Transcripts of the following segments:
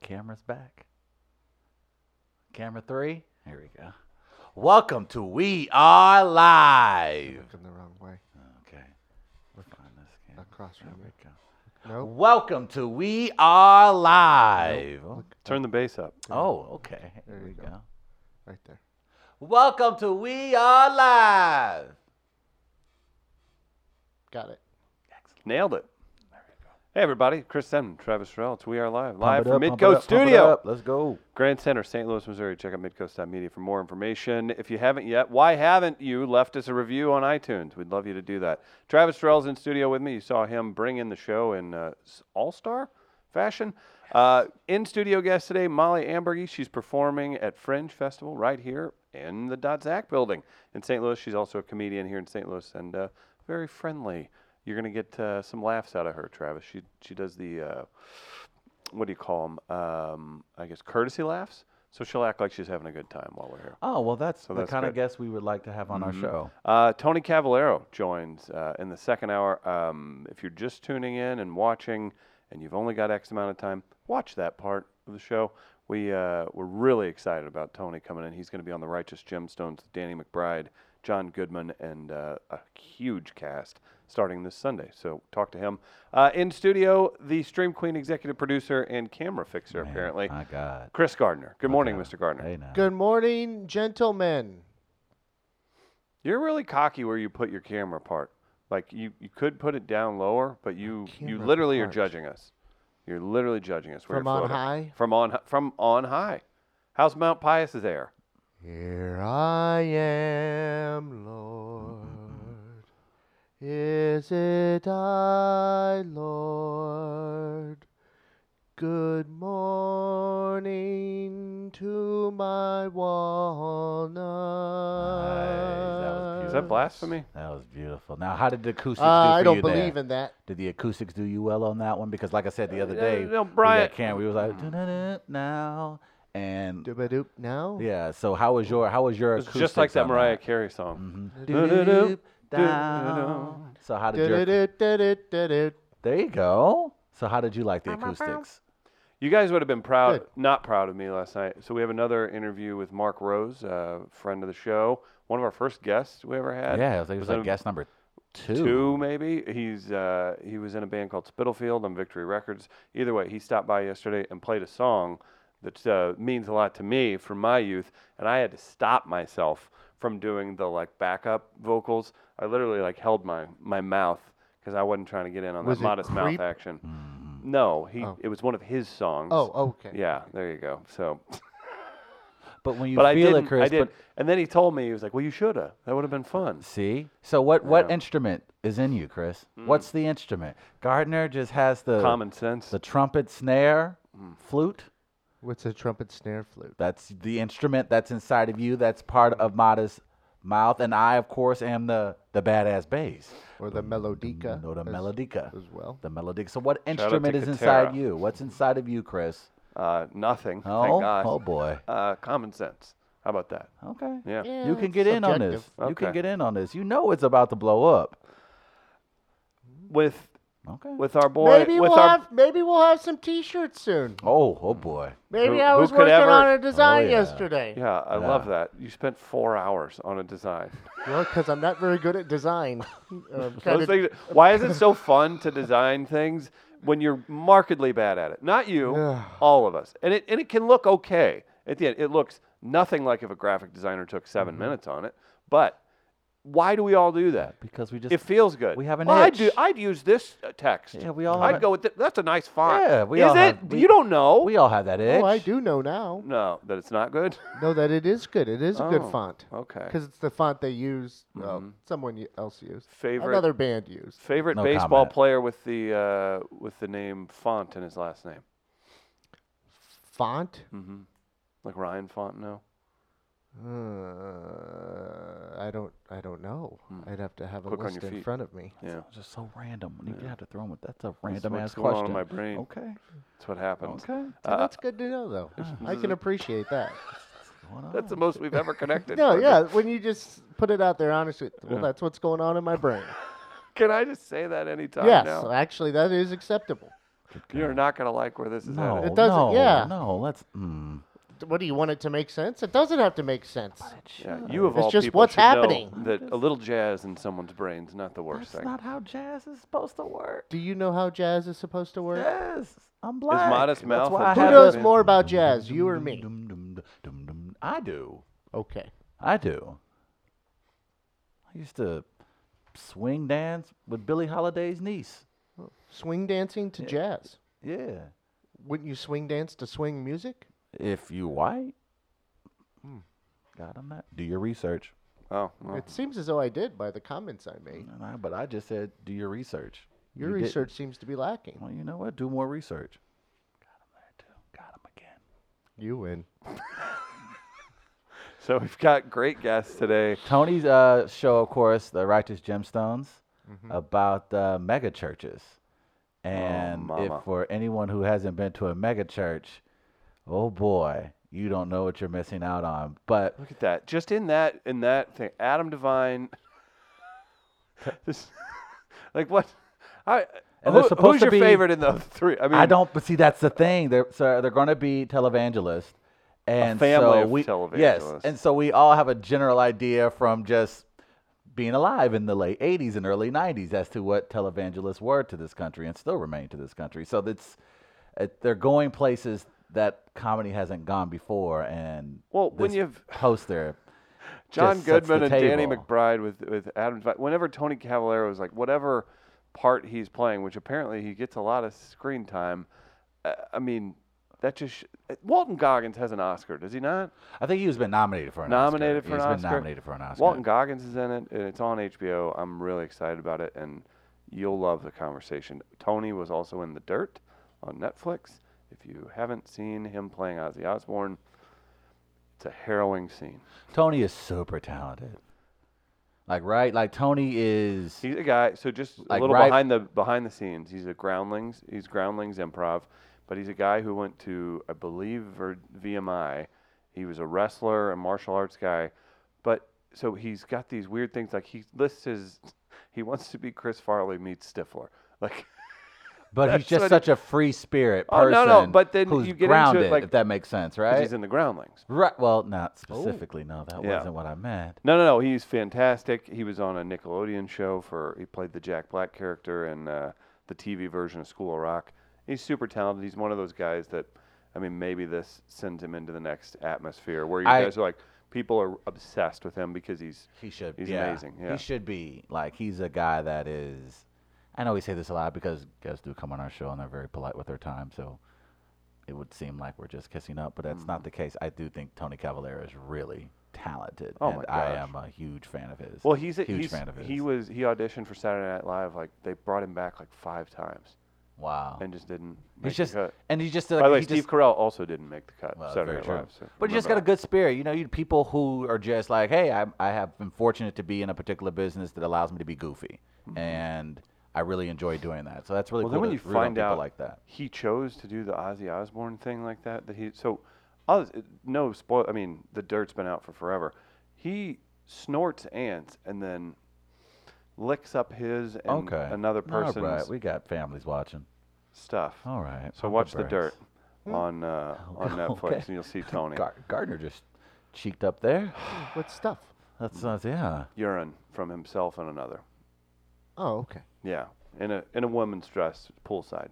camera's back. Camera three. Here we go. Welcome to We Are Live. Looking the wrong way. Okay. Look Find this camera. across from There we me. go. Oh. Nope. Welcome to We Are Live. Look Turn the bass up. Oh, okay. There There you we go. go. right there. Welcome to We Are Live. Got it. Nailed it. Hey everybody, Chris Semden, Travis Sherrill. It's We Are Live, Pump live it up, from pump it up, Midcoast pump it Studio, up. Let's go. Grand Center, St. Louis, Missouri. Check out midcoast.media for more information. If you haven't yet, why haven't you left us a review on iTunes? We'd love you to do that. Travis Sherrill's in studio with me. You saw him bring in the show in uh, All Star fashion. Uh, in studio guest today, Molly Ambergy. She's performing at Fringe Festival right here in the Dot Zach building in St. Louis. She's also a comedian here in St. Louis and uh, very friendly. You're gonna get uh, some laughs out of her, Travis. She she does the uh, what do you call them? Um, I guess courtesy laughs. So she'll act like she's having a good time while we're here. Oh, well, that's the that's kind of good. guest we would like to have on our show. Uh, Tony Cavallero joins uh, in the second hour. Um, if you're just tuning in and watching, and you've only got X amount of time, watch that part of the show. We uh, we're really excited about Tony coming in. He's going to be on the Righteous Gemstones, with Danny McBride, John Goodman, and uh, a huge cast starting this Sunday. So talk to him uh, in studio. The Stream Queen executive producer and camera fixer, apparently, My God. Chris Gardner. Good morning, Yeah. Mr. Gardner. Hey, now. Good morning, gentlemen. You're really cocky where you put your camera part. Like you, you could put it down lower, but you you camera literally are part. judging us. You're literally judging us. Where From you're on floating. high? From on hi- from on high. How's Mount Pius is there? Here I am, Lord. Is it I, Lord? Good morning to my walnut. was Is that blasphemy? That was beautiful. Now, how did the acoustics Uh, do for I don't you there? believe in that. Did the acoustics do you well on that one? Because, like I said the other day, uh, no, we got Brian- Cam, we was like "Dun-dun-dun now, and Doop now. yeah. So, how was your how was your It's acoustics? just like that on Mariah Carey song. Mm-hmm. Mhm. Doo-doo-doo, Down. So, how did your Du-du-du-du-du-du. There you go. So how did you like the acoustics? You guys would have been proud, Good. not proud of me last night. So we have another interview with Mark Rose, uh, friend of the show, one of our first guests we ever had. Yeah, it was, it was that like a- guest number two. two maybe. He's uh, he was in a band called Spitalfield on Victory Records. Either way, he stopped by yesterday and played a song that uh, means a lot to me from my youth, and I had to stop myself from doing the like backup vocals. I literally like held my my mouth because I wasn't trying to get in on Was that it modest mouth Creep? action. Mm. No, he Oh. it was one of his songs. Oh, okay. Yeah, there you go. So, But when you but I feel did. it, Chris, I did. but- And then he told me he was like, "Well, you shoulda. That would have been fun." see. So what what Yeah. instrument is in you, Chris? What's the instrument? Gardner just has the Common sense. the trumpet, snare, flute. What's a trumpet snare flute? That's the instrument that's inside of you. That's part of Mada's mouth, and I, of course, am the the badass bass. Or the melodica? No, the as- melodica. As well. The melodica. So what out to instrument is inside Katara. you? What's inside of you, Chris? Uh, nothing. Oh, Thank God. oh boy. Uh, common sense. How about that? Okay. Yeah. You can get in on this. You can Okay. get in on this. You know it's about to blow up. With Okay. with our boy. Maybe with we'll our, have maybe we'll have some T-shirts soon. oh, oh boy. Maybe Who- I who was could working ever- on a design yeah. yesterday. Yeah, I love that. You spent four hours on a design. Well, because I'm not very good at design. Um, Those kinda- things, why is it so fun to design things when you're markedly bad at it? Not you, Yeah. all of us. And it and it can look okay at the end. It looks nothing like if a graphic designer took 7 Mm-hmm. minutes on it. But why do we all do that? Because we just It feels good. we have an well, I'd, do, itch. I'd use this uh, text. Yeah, we all have I'd it. go with th- that's a nice font. Yeah, we Is all it? have- we- you don't know. we all have that itch. oh, I do know now. No, that it's not good. Know that it is good. It is a Oh, good font. okay. Because it's the font they use. Well, someone y- else used. Favorite- Another band used. Favorite No baseball comment. player with the uh, with the name Font in his last name, Font. like Ryan Font. No, Uh, I don't. I don't know. I'd have to have a Quick Hmm. on list your in feet. front of me. yeah, Just so random. You have to throw 'em with that's a random what's ass going on in question. my brain. Okay. that's what happens. Okay. So that's good to know, though. I can appreciate that. Going on. That's the most we've ever connected. No, Brendan. yeah. When you just put it out there honestly, well, that's what's going on in my brain. Can I just say that anytime yes, now? actually, that is acceptable. You're not going to like where this is No, headed. It doesn't- no, yeah. No, let's. Mm. What do you want it to make sense? It doesn't have to make sense. Yeah, you of It's all just people what's should know happening. that a little jazz in someone's brain's not the worst That's thing. not how jazz is supposed to work. Do you know how jazz is supposed to work? Yes, I'm black. Modest That's Mouth why I a Who have jazz knows a- band? more about jazz, you or me? Dum, dum, dum, dum, dum. I do. Okay. I do. I used to swing dance with Billie Holiday's niece. Swing dancing to jazz. Yeah. Wouldn't you swing dance to swing music? If you white, Hmm. God, I'm not. Do your research. Oh, well, It seems as though I did by the comments I made. And I- but I just said do your research. Your You didn't. research seems to be lacking. Well, you know what? Do more research. Got him there too. Got him again. You win. so we've got great guests today. Tony's uh, show, of course, The Righteous Gemstones, about uh, mega churches. And mama. if for anyone who hasn't been to a mega church, oh boy, you don't know what you're missing out on. But Look at that. Just in that in that thing, Adam Devine. This- like what? I. And who- they're supposed who's to your be- favorite in the three? I mean, I don't. But see, that's the thing. They're so they're going to be televangelists, and family so of we yes, televangelists. and so we all have a general idea from just being alive in the late '80s and early '90s as to what televangelists were to this country and still remain to this country. So that's it, they're going places that comedy hasn't gone before, and Well, when this you've- host there, John just sets the Goodman and Danny table. McBride with with Adam. Devine. Whenever Tony Cavallaro is like whatever part he's playing, which apparently he gets a lot of screen time. Uh, I mean, that just sh- Walton Goggins has an Oscar, does he not? I think he's been nominated for an nominated Oscar. for an He's Oscar. been nominated for an Oscar. Walton Goggins is in it, and it's on HBO. I'm really excited about it, and you'll love the conversation. Tony was also in The Dirt on Netflix. If you haven't seen him playing Ozzy Osbourne, it's a harrowing scene. Tony is super talented. Like right, like Tony is. He's a guy. So just a Like little right- behind the behind the scenes. He's a groundlings. He's groundlings improv, but he's a guy who went to I believe Ver- VMI. He was a wrestler, a martial arts guy, but so he's got these weird things. Like he lists his, he wants to be Chris Farley meets Stifler. Like But he's That's just what such a free spirit Oh, person. no, no, but then who's you get into it, grounded, like- if that makes sense, 'cause right? he's in the groundlings. right. Well, not specifically. No, that Yeah. wasn't what I meant. No, no, no. He's fantastic. He was on a Nickelodeon show for he played the Jack Black character in uh, the TV version of School of Rock. He's super talented. He's one of those guys that, I mean, maybe this sends him into the next atmosphere where you I- guys are like people are obsessed with him because he's He should. He's yeah. amazing, yeah. He should be like he's a guy that is. I know we say this a lot because guests do come on our show and they're very polite with their time, so it would seem like we're just kissing up, but that's Mm. not the case. I do think Tony Cavallero is really talented, Oh, my and I gosh. am a huge fan of his. well. He's a, huge he's, fan of his. he was he auditioned for Saturday Night Live. Like they brought him back like five times wow. and just didn't. Make He's just the cut. and he's just By the way, he Steve just, Carell also didn't make the cut. Well, that's Saturday uh, very Night true. Live. so but you just got a remember good spirit. You know, you people who are just like, hey, I, I have been fortunate to be in a particular business that allows me to be goofy, and I really enjoy doing that. So that's really Mm-hmm. cool. Well, then when to you root on find people out like that, he chose to do the Ozzy Osbourne thing like that, that he so, others, no spoil. I mean, the dirt's been out for forever. He snorts ants and then licks up his and okay, another All person's right, we got families watching. stuff. All right, so pump watch the brakes. dirt on uh, on Netflix, Hmm. Okay. and you'll see Tony Gar- Gardner just cheeked up there. What stuff? That's not yeah. urine from himself and another. Oh, okay. Yeah, in a in a woman's dress, poolside,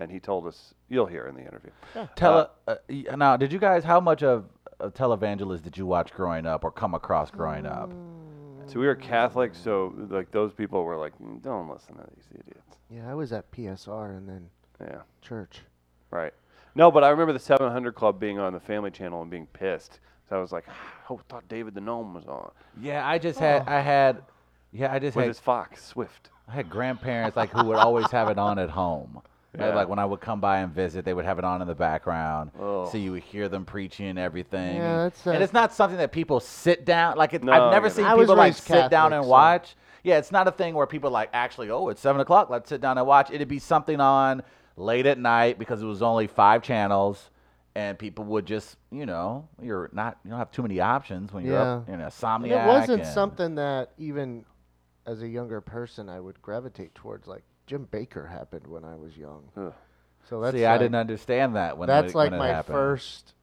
and he told us you'll hear in the interview. Tele uh, y- now, did you guys how much of a televangelist did you watch growing up or come across growing up? So we were Catholic, so like those people were like, "Mm, don't listen to these idiots. Yeah, I was at PSR and then Yeah, church. right. No, but I remember the 700 Club being on the Family Channel and being pissed. So I was like, "Ah, I thought David the Gnome was on. Yeah, I just had I had yeah I just Was had this Fox Swift? I had grandparents like who would always have it on at home. Right? Yeah. Like when I would come by and visit, they would have it on in the background, Oh. so you would hear them preaching and everything. Yeah, and- that's, and uh, it's not something that people sit down like. It, No, I I've never get it. seen I was people like raised sit down Catholic, and so- watch. Yeah, it's not a thing where people like actually. Oh, it's seven o'clock. Let's sit down and watch. It'd be something on late at night because it was only five channels, and people would just you know you're not you don't have too many options when you're up Yeah. in And insomnia. it wasn't something that even as a younger person I would gravitate towards. Like Jim Baker happened when I was young. Ugh. So that's See, I like- didn't understand that when that's it, like when it my happened. first,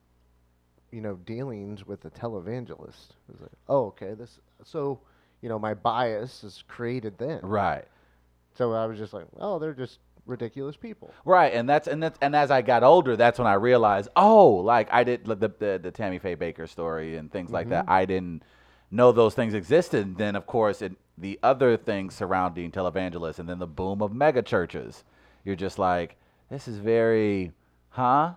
you know, dealings with a televangelist. It was like, oh, okay, this. So, you know, my bias is created then. Right. So I was just like, oh, they're just ridiculous people. Oh, Right, and that's and that's and as I got older, that's when I realized, oh, like I did the the, the Tammy Faye Baker story and things like that. I didn't know those things existed. And then, of course, it, the other things surrounding televangelists, and then the boom of mega churches. You're just like, this is very, huh?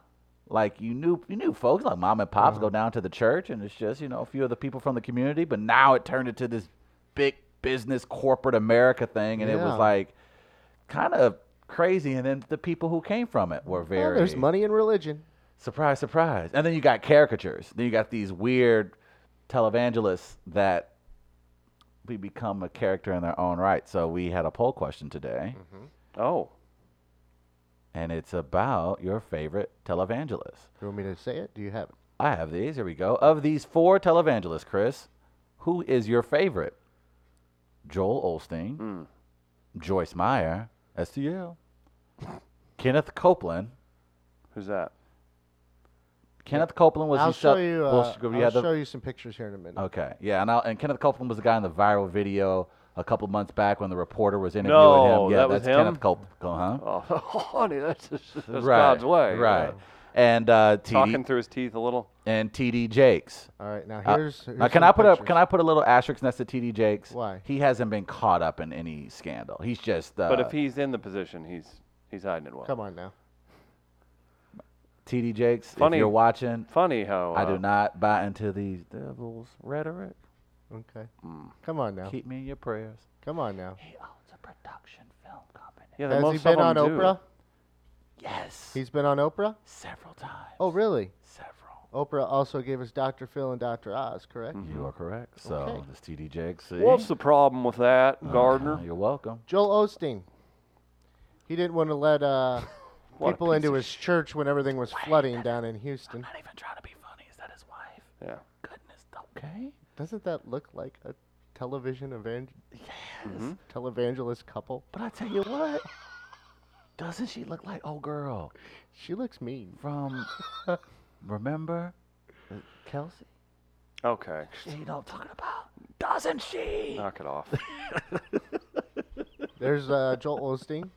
Like you knew you knew folks like mom and pops go down to the church, and it's just you know a few of the people from the community. But now it turned into this big business corporate America thing, and it was Yeah. like kind of crazy. And then the people who came from it were Well, very there's money in religion. surprise, surprise. And then you got caricatures. Then you got these weird televangelists that we become a character in their own right. So we had a poll question today, Mm-hmm. Oh, and it's about your favorite televangelist. You want me to say it? Do you have it? I have these. Here we go. Of these four televangelists, Chris, who is your favorite? Joel Olstein, Hmm. Joyce Meyer, STL, Kenneth Copeland, who's that? Kenneth Copeland was I'll his show sub- you. well, Uh, sh- we I'll had the- show you some pictures here in a Oh. minute. Okay, yeah, and I'll, and Kenneth Copeland was the guy in the viral video a couple months back when the reporter was interviewing No, him. Yeah, that was that's him? Kenneth Copeland, huh? Oh, honey, that's, just, that's right, God's way. you right? know. And uh, TD Talking through his teeth a little. and TD Jakes. All right, now Uh, here's. here's now, can some I put a pictures. can I put a little asterisk next to TD Jakes? Why? He hasn't been caught up in any scandal. He's just uh, But if he's in the position, he's he's hiding it well. Come on now. TD Jakes, Funny. if you're watching, Funny how I uh, do not buy into these devil's rhetoric. Okay. Hmm. Come on now. Keep me in your prayers. Come on now. He owns a production film company. Yeah, Has most he of been them on do. Oprah? Yes, He's been on Oprah. several times. Oh, really? several. Oprah also gave us Dr. Phil and Dr. Oz, correct? Hmm. You are correct. So Okay. this TD Jakes. see? What's the problem with that, Uh, Gardner? you're welcome. Joel Osteen. He didn't want to let uh, What a people piece into of his church when everything was flooding down in Houston. Not even trying to be funny. Is that his wife? Yeah. Goodness. Okay. Doesn't that look like a television evangel- Hmm? televangelist couple? Mm-hmm. But I tell you what, doesn't she look like old girl She looks mean. from Remember uh, Kelsey? Okay. You know what I'm talking about? Doesn't she? Knock it off. There's uh, Joel Osteen,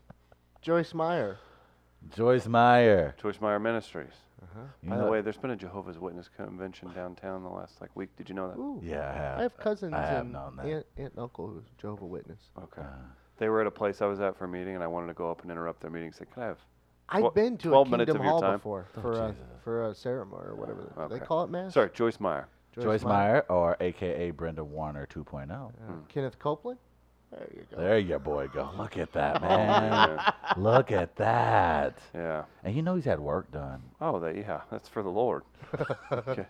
Joyce Meyer. Joyce Meyer. Joyce Meyer Ministries. You By the know- way, there's been a Jehovah's Witness convention downtown the last like week. Did you know that? Ooh, Yeah, I have. I have cousins I have and known that. aunt, aunt and uncle who's Jehovah Witness. Okay. Uh, they were at a place I was at for a meeting, and I wanted to go up and interrupt their meeting. Said, "Can I have?" I've Twe- been to a 12 minutes Kingdom of your Hall time? before Oh, for a, for a ceremony or whatever the- Okay. they call it, mass. Sorry, Joyce Meyer. Joyce, Meyer, or AKA Brenda Warner 2.0. Hmm. Uh, Kenneth Copeland. There you go. There you boy go. Look at that, man. Oh, Yeah. Look at that. yeah. And you know he's had work done. Oh, that yeah. That's for the Lord. okay.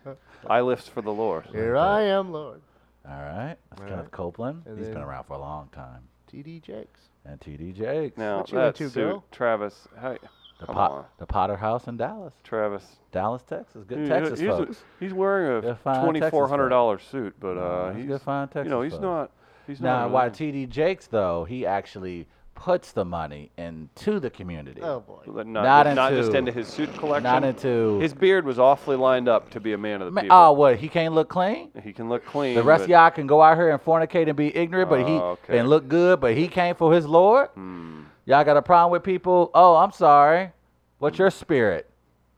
I lifts for the Lord. Here I am, Lord. All right. That's All Kenneth right. Copeland. And He's been then- around for a long time. TD Jakes. And TD Jakes. Now What you that into, suit, girl? Travis. Hey, the, come pot, on, the Potter House in Dallas. Travis. Dallas, Texas. Good He- Texas he's, folks. he's wearing They're a fine Texas twenty-four hundred dollar suit, but No, uh, he's he's, good fine You know, Texas folks. he's not. He's now, not. why really- TD Jakes, though, he actually puts the money into the community. Oh boy. But Not, Not just- not just into- into his suit collection. Not into. His beard was awfully lined up to be a man of the Ma- people. oh, what? He can't look clean? He can look clean. The rest but of y'all can go out here and fornicate and be ignorant, but he Oh, okay. Hmm. and look good, but he came for his Lord. mm, Y'all got a problem with people? Oh, I'm sorry. What's your spirit?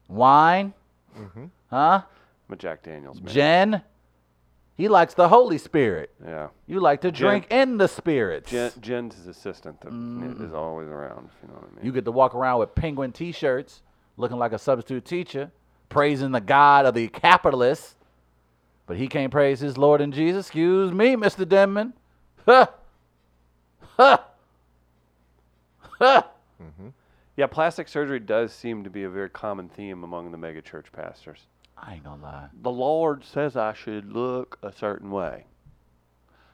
Wine? Mm-hmm. Huh? I'm a Jack Daniels man. Jen? He likes the Holy Spirit. yeah. You like to Jen- drink in the spirits. Jen, Jen's his assistant that is always around, if you know what I mean. Mm. You get to walk around with penguin T-shirts, looking like a substitute teacher, praising the God of the capitalists, but he can't praise his Lord and Jesus. Excuse me, Mister Denman. Huh. Huh. Huh. yeah, plastic surgery does seem to be a very common theme among the megachurch pastors. I ain't gonna lie. The Lord says I should look a certain way.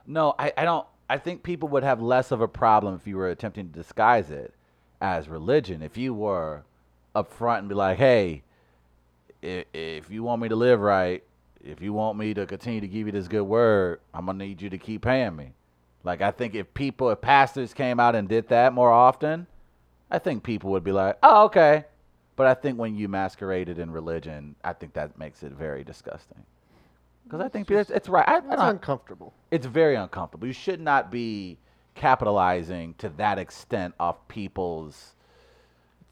No, I, I don't. I think people would have less of a problem if you were attempting to disguise it as religion. If you were upfront and be like, hey, if, if you want me to live right, if you want me to continue to give you this good word, I'm going to need you to keep paying me. Like, I think if people, if pastors came out and did that more often, I think people would be like, oh, okay, But I think when you masqueraded in religion, I think that makes it very disgusting. Because I think that's, it's right. I, I That's don't- uncomfortable. it's very uncomfortable. You should not be capitalizing to that extent off people's.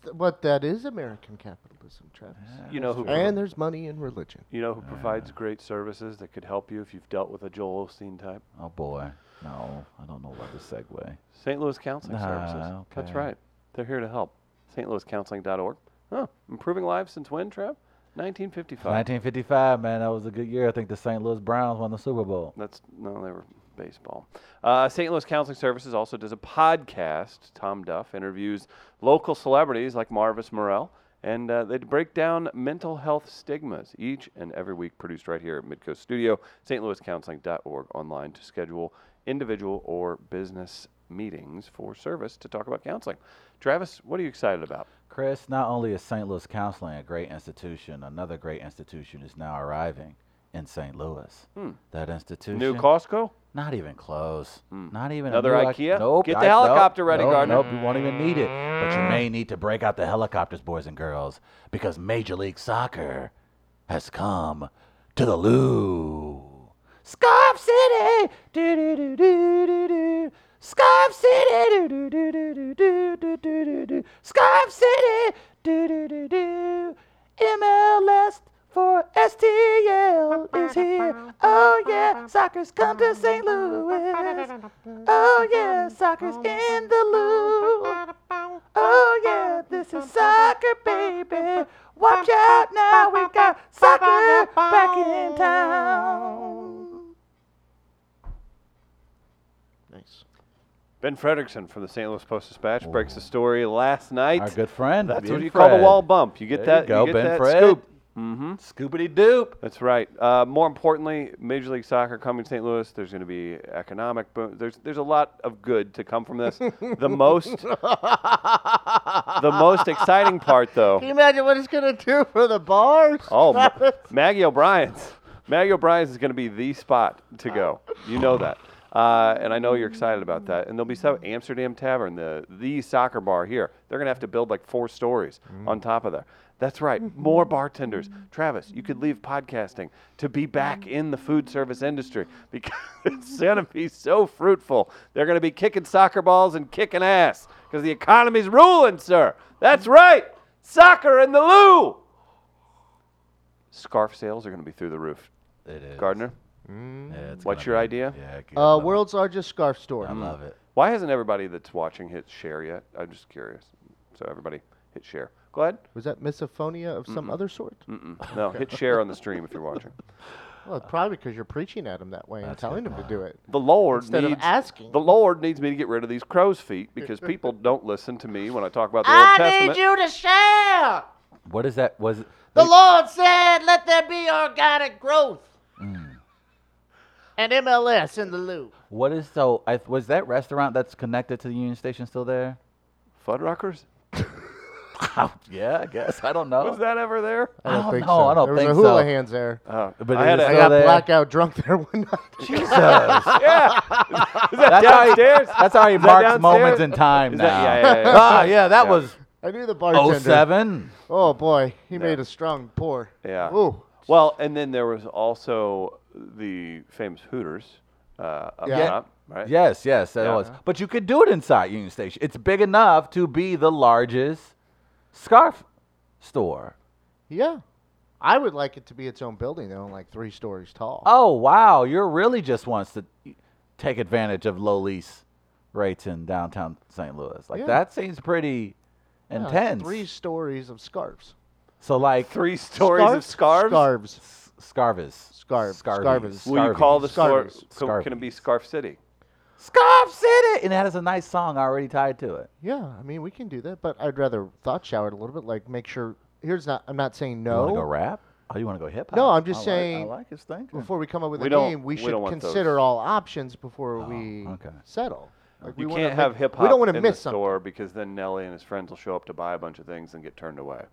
Th- But that is American capitalism, Travis. You know who And there's money in religion. you know who provides great services that could help you if you've dealt with a Joel Osteen type? Oh boy, no, I don't know what to segue. St. Louis Counseling Services. Ah, That's okay. right. They're here to help. stlouiscounseling.org. Huh. Improving lives since when, Trav? 1955. 1955, man, that was a good year. I think the St. Louis Browns won the Super Bowl. That's no, they were baseball. Uh, St. Louis Counseling Services also does a podcast. Tom Duff interviews local celebrities like Marvis Morell, and uh, they break down mental health stigmas each and every week. Produced right here at Midcoast Studio, stlouiscounseling.org online to schedule individual or business meetings for service to talk about counseling. Travis, what are you excited about? Chris, not only is St. Louis Counseling a great institution, another great institution is now arriving in St. Louis. That institution. Hmm. New Costco? Not even close. Not even a Another new IKEA? Nope. Get the I- nope, helicopter ready, nope, Gardner. Nope, you won't even need it. But you may need to break out the helicopters, boys and girls, because Major League Soccer has come to the Lou. Scarf City, do do do do do do. Scarf City, do do do do do do do do do do. Scarf City, do do do do. MLS for STL is here. Oh yeah, soccer's come to St. Louis. Oh yeah, soccer's in the Lou. Oh yeah, this is soccer, baby. Watch out now, we got soccer back in town. Nice. Ben Fredrickson from the St. Louis Post Dispatch breaks the story last night. Oh. Our good friend. That's Ben what you call the Fred. wall bump. You get There that. you go, get Ben that Fred. scoop. Mm-hmm. Scoobity doop. That's right. Uh, more importantly, Major League Soccer coming to St. Louis. There's going to be economic boom. There's there's a lot of good to come from this. the most the most exciting part, Can though. you imagine what it's gonna do for the bars? Uh, Oh, Ma- Maggie O'Brien's. Maggie O'Brien's is going to be the spot to go. You know that. Uh, and I know you're excited about that. And there'll be some Amsterdam Tavern, the the soccer bar here. They're gonna have to build like four stories on top of there. That's right. More bartenders. Travis, you could leave podcasting to be back in the food service industry because it's gonna be so fruitful. They're gonna be kicking soccer balls and kicking ass because the economy's ruling, sir. That's right. Soccer in the loo. Scarf sales are gonna be through the roof. It is. Gardner, Yeah, it's what's gonna your be- Mm. idea? Yeah, good. Uh, mm, I world's largest scarf store. love- I love it. Why hasn't everybody that's watching hit share yet? I'm just curious. So everybody hit share. Go ahead. Was that misophonia of some other sort? Mm. Mm-mm. No, hit share on the stream if you're watching. Well, probably because you're preaching at him that way and That's telling good him to do it. The Lord Instead of needs asking. the Lord needs me to get rid of these crow's feet because people don't listen to me when I talk about the Old Testament. you to share. What is that? Was it- Lord said, "Let there be organic growth." Mm. And MLS in the loop. What is so? I, was that restaurant that's connected to the Union Station still there? Fuddruckers? yeah, I guess. I don't know. Was that ever there? I don't know. I don't there think was a so. hula hands there. Oh, But I it had is I a, still got there. blackout drunk there one night. Jesus. yeah. Is that That's how he- downstairs? That's how he Is that marks downstairs? moments in time Is now. that- yeah, yeah, yeah. ah, yeah, that Yeah. was I knew the bartender. 07. Oh boy, he made a strong pour. Yeah. Ooh. Well, and then there was also the famous Hooters. Uh, up Yeah. top, right? Yes, yes, that Yeah. was. But you could do it inside Union Station. It's big enough to be the largest scarf store. Yeah. I would like it to be its own building though, and like three stories tall. Oh, wow. You're really just wants to take advantage of low lease rates in downtown St. Louis. Like, Yeah. that seems pretty Yeah, intense. Three stories of scarves. so, like, Three stories of scarves. Scarves. s- scarves. Scarves, Scarvies. scarves. Will you call the Scarvies. store? Scarves. Can, can it be Scarf City? Scarf City? And it has a nice song already tied to it. Yeah, I mean we can do that, but I'd rather thought shower it a little bit. Like make sure. Here's not. I'm not saying You want to go no. rap? Oh, you want to go hip hop? No, I'm I just like- saying- I like his thinking. Before we come up with We a don't- name, we, we should don't want consider those. all options before we Oh, okay. settle. Like, we You wanna can't make- have hip hop. We don't want to in miss the something. store because then Nelly and his friends will show up to buy a bunch of things and get turned away.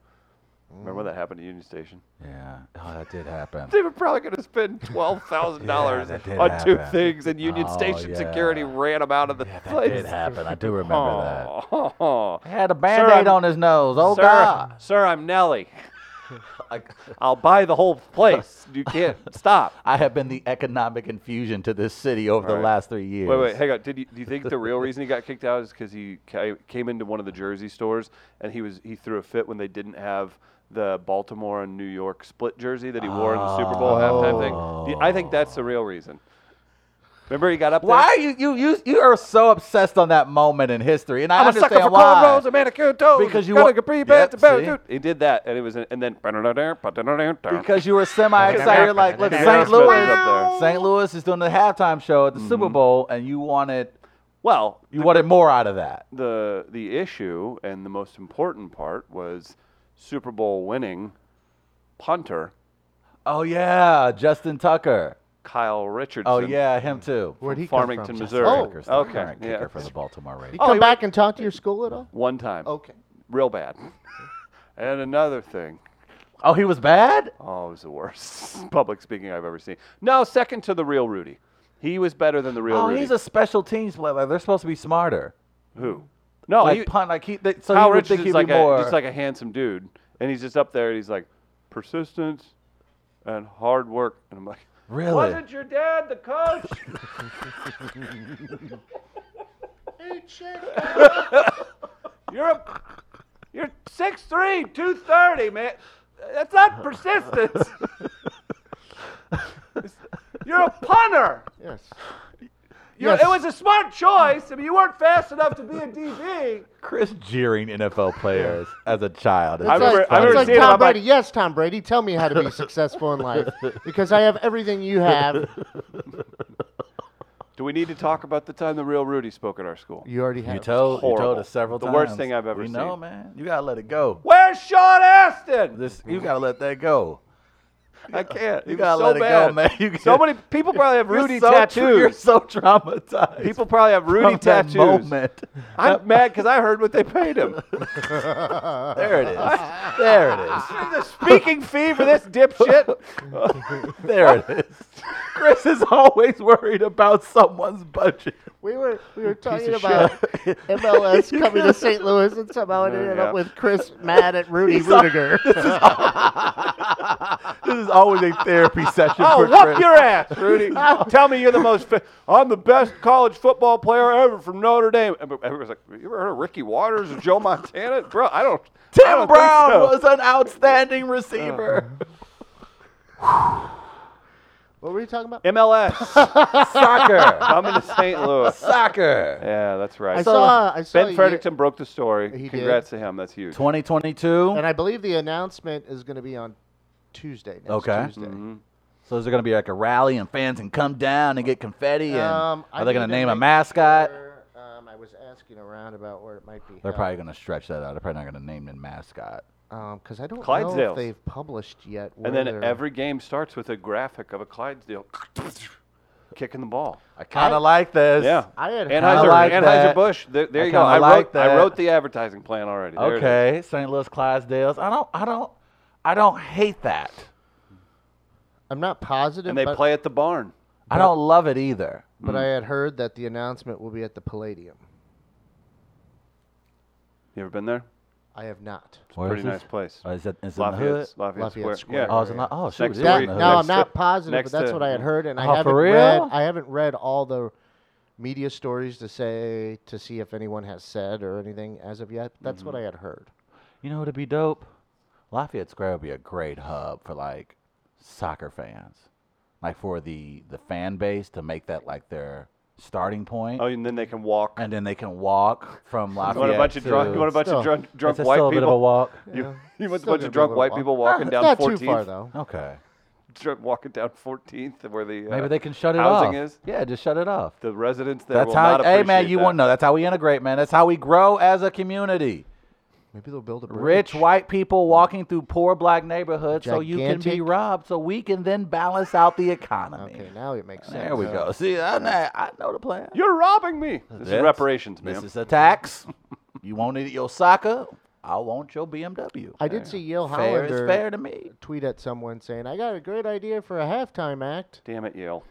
Remember when that happened at Union Station? Yeah. Oh, that did happen. They were probably going to spend twelve thousand dollars Yeah, that did on two happen. things, and Union Oh, Station yeah. security ran them out of the Yeah, that place. did happen. I do remember that. Oh. He had a band aid I'm- on his nose. Oh, sir, God. sir, I'm Nelly. I'll buy the whole place. You can't stop. I have been the economic infusion to this city over the Right. last three years. Wait, wait, hang on. Did you, do you think the real reason he got kicked out is because he ca- came into one of the jersey stores and he was he threw a fit when they didn't have the Baltimore and New York split jersey that he wore in the Super Bowl halftime thing? The- I think that's the real reason. Remember he got up Why there. are you, you you you are so obsessed on that moment in history? And I I'm a understand sucker for why. cornrows and manicured toes. Because you Gotta wa- get pretty Yep, bad to bad, see? dude. He did that, and it was, and then because you were semi excited. You're like, look, Aerosmith St. is up Louis, there. Mm-hmm. St. Louis is doing the halftime show at the Super Bowl, and you wanted well, you wanted more out of that. the the issue and the most important part was Super Bowl winning punter Oh yeah, Justin Tucker. Kyle Richardson. Oh yeah, him too. Where'd he Farmington, come from? Missouri. Oh. Tucker's the okay. current yeah. kicker for the Baltimore He Ravens. Oh, come he back and talk to your school at all? One time, Oh. Okay. real bad. and another thing, Oh, he was bad. oh, it was the worst public speaking I've ever seen. No, second to the real Rudy. He was better than the real Oh, Rudy. he's a special teams player. Like, They're supposed to be smarter. Who? No, like he, punt, like he. They, so Kyle you would think Richardson's he'd like be a, more. just like a handsome dude, and he's just up there, and he's like, persistence and hard work, and I'm like. really? Wasn't your dad the coach? you're a, you're 6'3", 230, man. That's not persistence. you're a punter. Yes. You're, Yes. It was a smart choice. I mean, you weren't fast enough to be a DB. Chris jeering NFL players as a child. is I It's just like, remember- I remember it's like seeing it, Tom I'm like- Brady. yes, Tom Brady, tell me how to be successful in life because I have everything you have. Do we need to talk about the time the real Rudy spoke at our school? You already have. You told, you told horrible. us several The times. worst thing I've ever we know, seen. man. You gotta let it go. Where's Sean Aston? This you gotta let that go. I can't. You He was gotta so let it go, bad. man. You so can't- many people probably have You're Rudy so tra- tattoos. you're so traumatized. People probably have from Rudy that tattoos. moment. I'm mad because I heard what they paid him. There it is. There it is. the speaking fee for this dipshit. There it is. Chris is always worried about someone's budget. We were we were talking of about MLS coming to St. Louis and somehow it Yeah, ended yeah. up with Chris mad at Rudy He's all- Rudiger. This is always a therapy session Oh, for whoop Chris. your ass, Rudy. Tell me you're the most. Fa- I'm the best college football player ever from Notre Dame. And Everyone's like, you ever heard of Ricky Waters or Joe Montana? Bro, I don't. I Tim don't think Brown so. was an outstanding receiver. what were you talking about? MLS Uh-huh. Soccer. coming to St. Louis. Soccer. Yeah, that's right. I saw I saw ben you- Fredericton broke the story. He did. Congrats to him. That's huge. 2022. and I believe the announcement is going to be on Tuesday. Next Okay. Mm-hmm. Tuesday. Um, So is there going to be like a rally and fans can come down and get confetti? And Um, I are they need going to to name a make mascot? sure, um, I was asking around about where it might be. They're probably going to stretch that out. They're probably not going to name a mascot. because Um, I don't know Clydesdales. if they've published yet. And where then they're- every game starts with a graphic of a Clydesdale kicking the ball. I kind of like this. Yeah. I had Anheuser, like that. Anheuser-Busch. There, there I you go. I kinda wrote, like I that. wrote the advertising plan already. There it is. Okay. St. Louis Clydesdales. I don't. I don't. I don't hate that. I'm not positive, And they but, play Mm. at the barn. I don't love it either. but I had heard that the announcement will be at the Palladium. You ever been there? I have not. Where Pretty is nice this? place. Oh, is it? Is it in the hood? Lafayette's, Lafayette, Lafayette Square. Square. Oh, Yeah. it's in La- oh shoot, Next it is to in That, the Wait, hood. now next I'm not to- positive, next but that's to- what I had heard, and I Oh, haven't for read. real? I haven't read all the media stories to say to see if anyone has said or anything as of yet. That's Mm-hmm. what I had heard. You know, it'd be dope. Lafayette Square would be a great hub for like soccer fans, like for the the fan base to make that like their starting point. Oh, and then they can walk. and then they can walk from Lafayette. You want a bunch of to, drunk? You want a bunch Still, of drunk, drunk it's a white still people? a Ah, bit of a walk. Yeah. You, you want a Still bunch gonna of be a drunk little white walk. people walking It's down not 14th? too far though. Okay. Dr- walking down 14th, where the uh, Maybe they can shut it housing off. is. Yeah, just shut it off. The residents there That's will how. not Hey, man, appreciate you that. won't know. That's how we integrate, man. That's how we grow as a community. Maybe they'll build a bridge. Rich white people walking through poor black neighborhoods, so you can be Gigantic- robbed, so we can then balance out the economy. Okay, now it makes sense. There we go. See, I know, I know the plan. You're robbing me. This is That's- reparations, man. This is a tax. you won't eat your soccer. I want your BMW. I did see Yale fair Hollander is fair to me. tweet at someone saying, "I got a great idea for a halftime act," Damn it, Yale.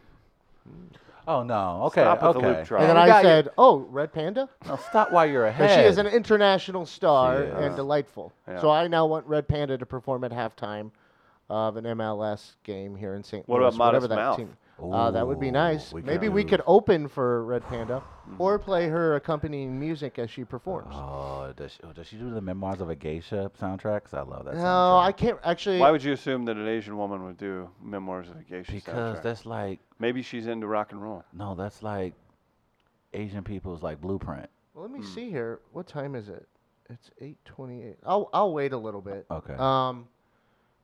Oh no. Okay. Stop with okay. the loop trial. and then You I got your- said, "Oh, Red Panda." No, stop while you're And ahead. she is an international She star is. and delightful. Yeah. So I now want Red Panda to perform at halftime of an MLS game here in St. What Louis. about Modest whatever that Mouth? team- Uh, that would be Ooh, nice. we could Maybe we do- could open for Red Panda or play her accompanying music as she performs. Oh, does she, oh, does she do the Memoirs of a Geisha soundtracks? I love that. no, soundtrack. I can't actually. Why would you assume that an Asian woman would do memoirs of a geisha? because soundtrack? that's like maybe she's into rock and roll. no, that's like Asian people's like blueprint. Well, let me see here. What time is it? It's 8:28. I'll I'll wait a little bit. Okay. Um,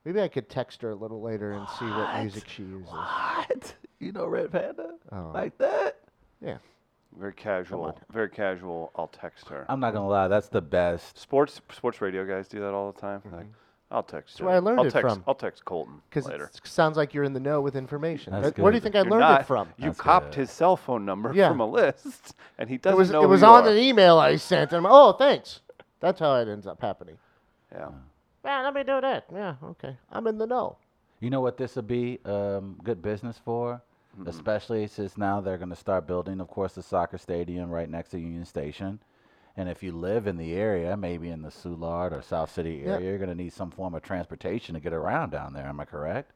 maybe I could text her a little later and see what music she uses. What? You know Red Panda? Oh. Like that? Yeah. Very casual. Very casual. I'll text her. I'm not gonna lie, that's the best. sports sports radio guys do that all the time. Mm-hmm. Like, I'll text. That's where I Dave. learned I'll it text, from. I'll text Colton Because later. it sounds like you're in the know with information. That's That- Where do you good. think I You're learned not- it from? You That's copped good. his cell phone number Yeah. from a list, and he doesn't It was know. it who was you on are. an e- email I sent. And I'm, oh, thanks. That's how it ends up happening. Yeah. Yeah, let me do that. Yeah, okay. I'm in the know. You know what this would be um, good business for? Especially since now they're gonna start building, of course, the soccer stadium right next to Union Station. And if you live in the area, maybe in the Soulard or South City Yeah. area, you're gonna need some form of transportation to get around down there. Am I correct?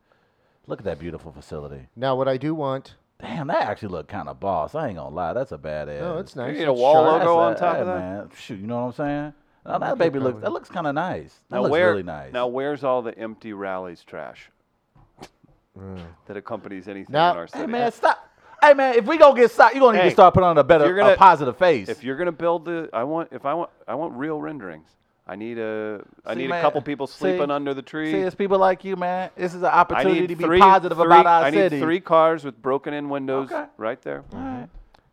Look at that beautiful facility. Now, what I do want. Damn, that actually looked kind of boss. I ain't gonna lie, that's a badass. No, oh, it's nice. need a it's wall sharp. logo on That's top a- of hey, that? Man. Shoot, you know what I'm saying? Now, that baby looks. That looks kind of nice. That looks where- really nice. Now, where's all the empty rallies trash that accompanies anything Now- in our city? Mm. hey man, stop. Hey man, if we gonna get stopped, you gonna need Hey, to start putting on a if you're better, gonna- a positive face. if you're gonna build the, I want if I want I want real renderings. I need a I See, need a man, couple people see? sleeping under the tree. See, it's people like you, man. This is an I opportunity need to be three, positive three- about our I city. need three cars with broken in windows Okay. right there. All right.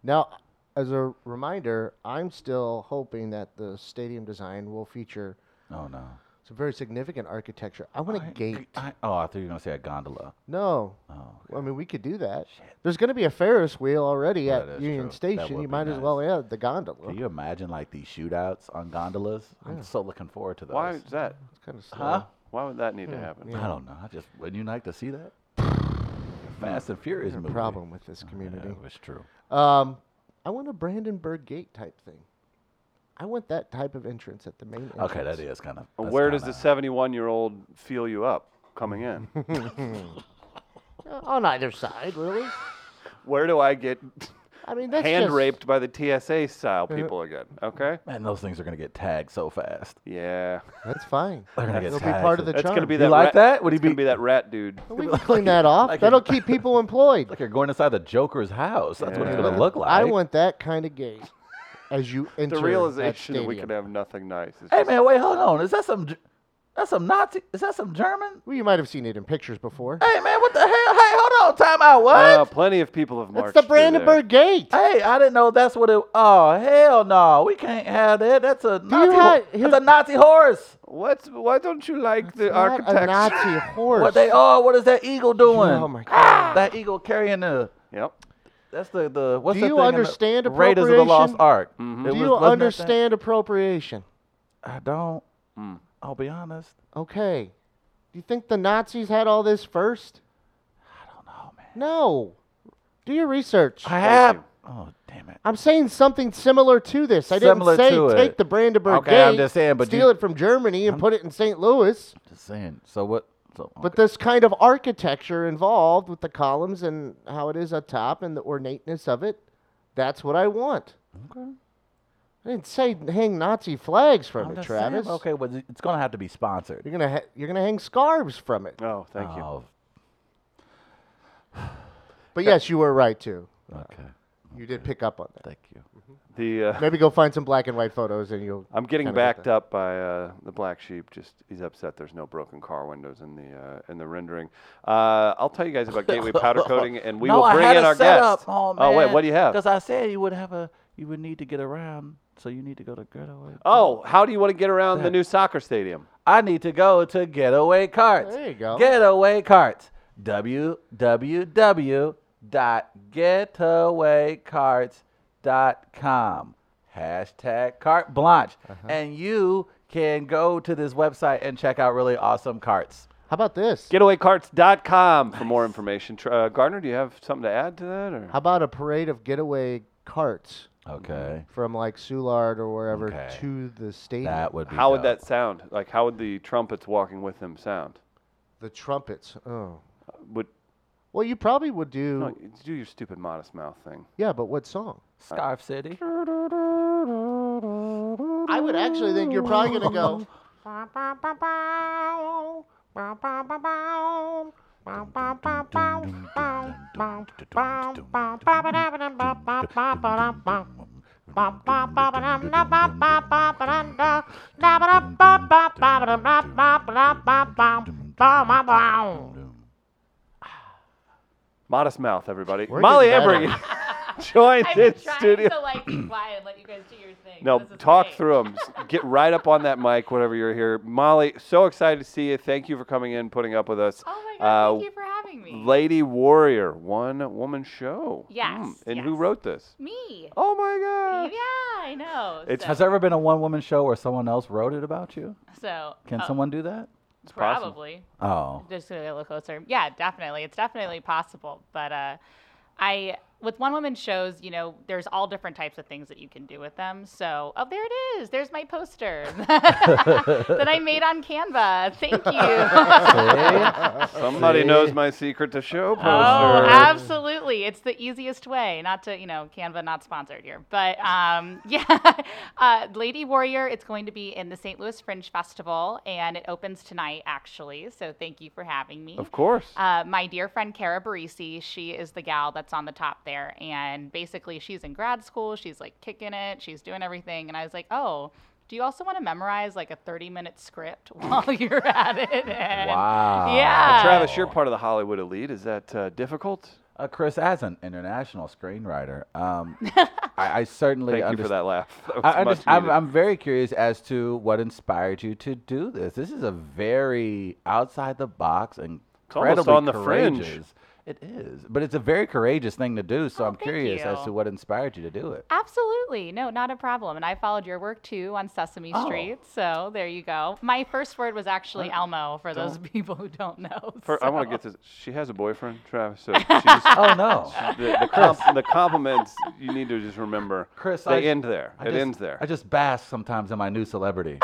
Now, as a reminder, I'm still hoping that the stadium design will feature Oh no. some very significant architecture. I want a gate. I, oh, I thought you were gonna say a gondola. No. Oh. I mean, we could do that. There's going to be a Ferris wheel already Yeah, at that's Union true. That Station. would You be might as nice. well add the gondola. Can you imagine like these shootouts on gondolas? I'm so looking forward to those. Why is that? It's kind of slow. Huh? Why would that need to happen? I don't know. I just wouldn't you like to see that? Fast and Furious There's a movie. problem with this Yeah, community. it was true. Um, I want a Brandenburg Gate type thing. I want that type of entrance at the main entrance. Okay, that is kind of. And Where does the 71 year old feel you up coming in? Uh, on either side, really. Where do I get I mean, that's hand just- raped by the TSA style people again? Okay. Man, those things are gonna get tagged so fast. Yeah. That's fine. They're gonna get It'll be tagged. part of the That's charm. gonna be that. like rat, that? Would he it's gonna be- be that rat dude? We can clean that off. like a- That'll keep people employed. Like you're going inside the Joker's house. That's what it's Yeah. gonna look like. I want that kind of gate as you enter The that realization that we stadium. could have nothing nice. is Hey just- man, wait, hold on. Is that some? Ge- That's some Nazi? Is that some German? Well, you might have seen it in pictures before. Hey man, what the hell? Hey, hold on. Time out. What? Uh, plenty of people have That's marched. the through there. Brandenburg Gate. Hey, I didn't know that's what it. Oh hell no, we can't have that. That's a Nazi. ha- ho- here's- that's a Nazi horse. What's? Why don't you like the Not a architecture? Nazi horse. What they are? What is that eagle doing? Ah! Oh, my God. That eagle carrying the. Yep. That's the the. What's Do that thing you in the- understand Raiders of the Lost appropriation? Ark? It Mm-hmm. Do was- you wasn't that thing- understand appropriation? I don't. Mm. I'll be honest. Okay. Do you think the Nazis had all this first? I don't know, Oh, man. No. Do your research. I I, have. you. Oh damn it. am saying something similar to this. I Similar didn't to say take it. the Brandenburg Okay, Gate, I'm just saying, but steal you- it from Germany and put it in St. Louis. Just saying. So what? So But this kind of architecture involved with the columns and how it is up top and the ornateness of it, that's what I want. okay. I didn't say hang Nazi flags from I'm it, just Travis. Saying, okay, well, it's gonna have to be sponsored. You're gonna ha- you're gonna hang scarves from it. Oh, thank you. Oh, But yes, you were right too. okay. You did pick up on that. Thank you. The uh, Maybe go find some black and white photos and you'll. I'm getting kinda get backed that. up by uh, the black sheep. Just he's upset. There's no broken car windows in the uh, in the rendering. Uh, I'll tell you guys about gateway powder coating, and we No, will I bring had in a our setup. guest. Oh, wait, what do you have? Because I said you would have a, you would need to get around, so you need to go to getaway. Oh, how do you want to get around the new soccer stadium? I need to go to getaway carts. There you go. Getaway carts. www.getawaycarts.com. Hashtag carte blanche. And you can go to this website and check out really awesome carts. How about this? Getawaycarts.com for more information. Tr- Uh, Gardner, do you have something to add to that? Or? How about a parade of getaway carts Okay. from like Soulard or wherever Okay. to the stadium? That would be How would dope. that sound? Like, how would the trumpets walking with them sound? The trumpets. Oh. Would Well, you probably would do. no, do your stupid modest mouth thing. Yeah, but what song? Scarf City. I would actually think you're probably going to go. Modest mouth, everybody. We're Molly getting Amber joined I'm in trying studio. to like be quiet and let you guys do your thing. No, This is talk great. through 'em. through them. Get right up on that mic whenever you're here. Molly, so excited to see you. Thank you for coming in, putting up with us. Oh my god! Uh, thank you for having me. Lady Warrior, one woman show. Hmm, Yes, And who yes. wrote this? me. Oh my Yeah, God. I know. It's- Has so, there ever been a one woman show where someone else wrote it about you? so Can oh, someone do that? It's possible. probably. Oh. Just to get a little closer. Yeah, definitely. It's definitely possible. But uh, I, with one woman shows, you know, there's all different types of things that you can do with them. So, oh, there it is. There's my poster that I made on Canva. Thank you. Somebody See? knows my secret to show poster. Oh, absolutely. It's the easiest way. Not to, you know, Canva not sponsored here. But um, yeah, uh, Lady Warrior, it's going to be in the St. Louis Fringe Festival, and it opens tonight, actually. So thank you for having me. Of course. Uh, my dear friend Kara Barisi, she is the gal that's on the top there. And basically, she's in grad school. She's like kicking it. She's doing everything. And I was like, oh, do you also want to memorize like a 30 minute script while you're at it? And Wow. Yeah. Travis, you're part of the Hollywood elite. Is that uh, difficult? Uh, Chris, as an international screenwriter, um, I, I certainly Thank you underst- for that laugh. That was I much underst- I'm, needed. I'm very curious as to what inspired you to do this. This is a very outside the box and almost incredibly on the fringe. courageous. It is, but it's a very courageous thing to do. So Oh, I'm thank curious as you. to what inspired you to do it. Absolutely. No, not a problem. And I followed your work too on Sesame Oh. Street. So there you go. My first word was actually Elmo for those people who don't know. For- I want so- to get this. She has a boyfriend, Travis. So she just, Oh no, the, the, comp- the compliments you need to just remember. Chris, they I- end there. I it just- ends there. I just bask sometimes in my new celebrity.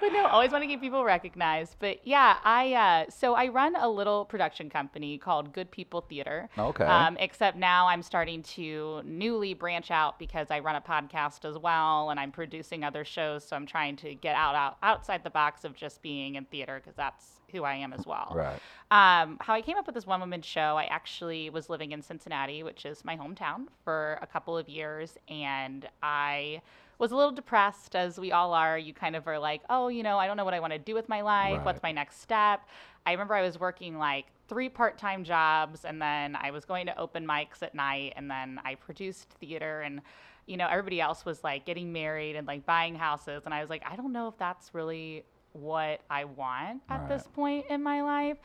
but no, always want to get people recognized. But yeah, I uh, so I run a little production company called Good People Theater. Okay. Um, except now I'm starting to newly branch out because I run a podcast as well, and I'm producing other shows. So I'm trying to get out, out outside the box of just being in theater because that's who I am as well. right. Um, how I came up with this one woman show, I actually was living in Cincinnati, which is my hometown, for a couple of years. And I was a little depressed, as we all are. You kind of are like, oh, you know, I don't know what I want to do with my life. What's my Right. next step? I remember I was working like three part time jobs, and then I was going to open mics at night, and then I produced theater and you know, everybody else was like getting married and like buying houses. And I was like, I don't know if that's really what I want at Right. this point in my life.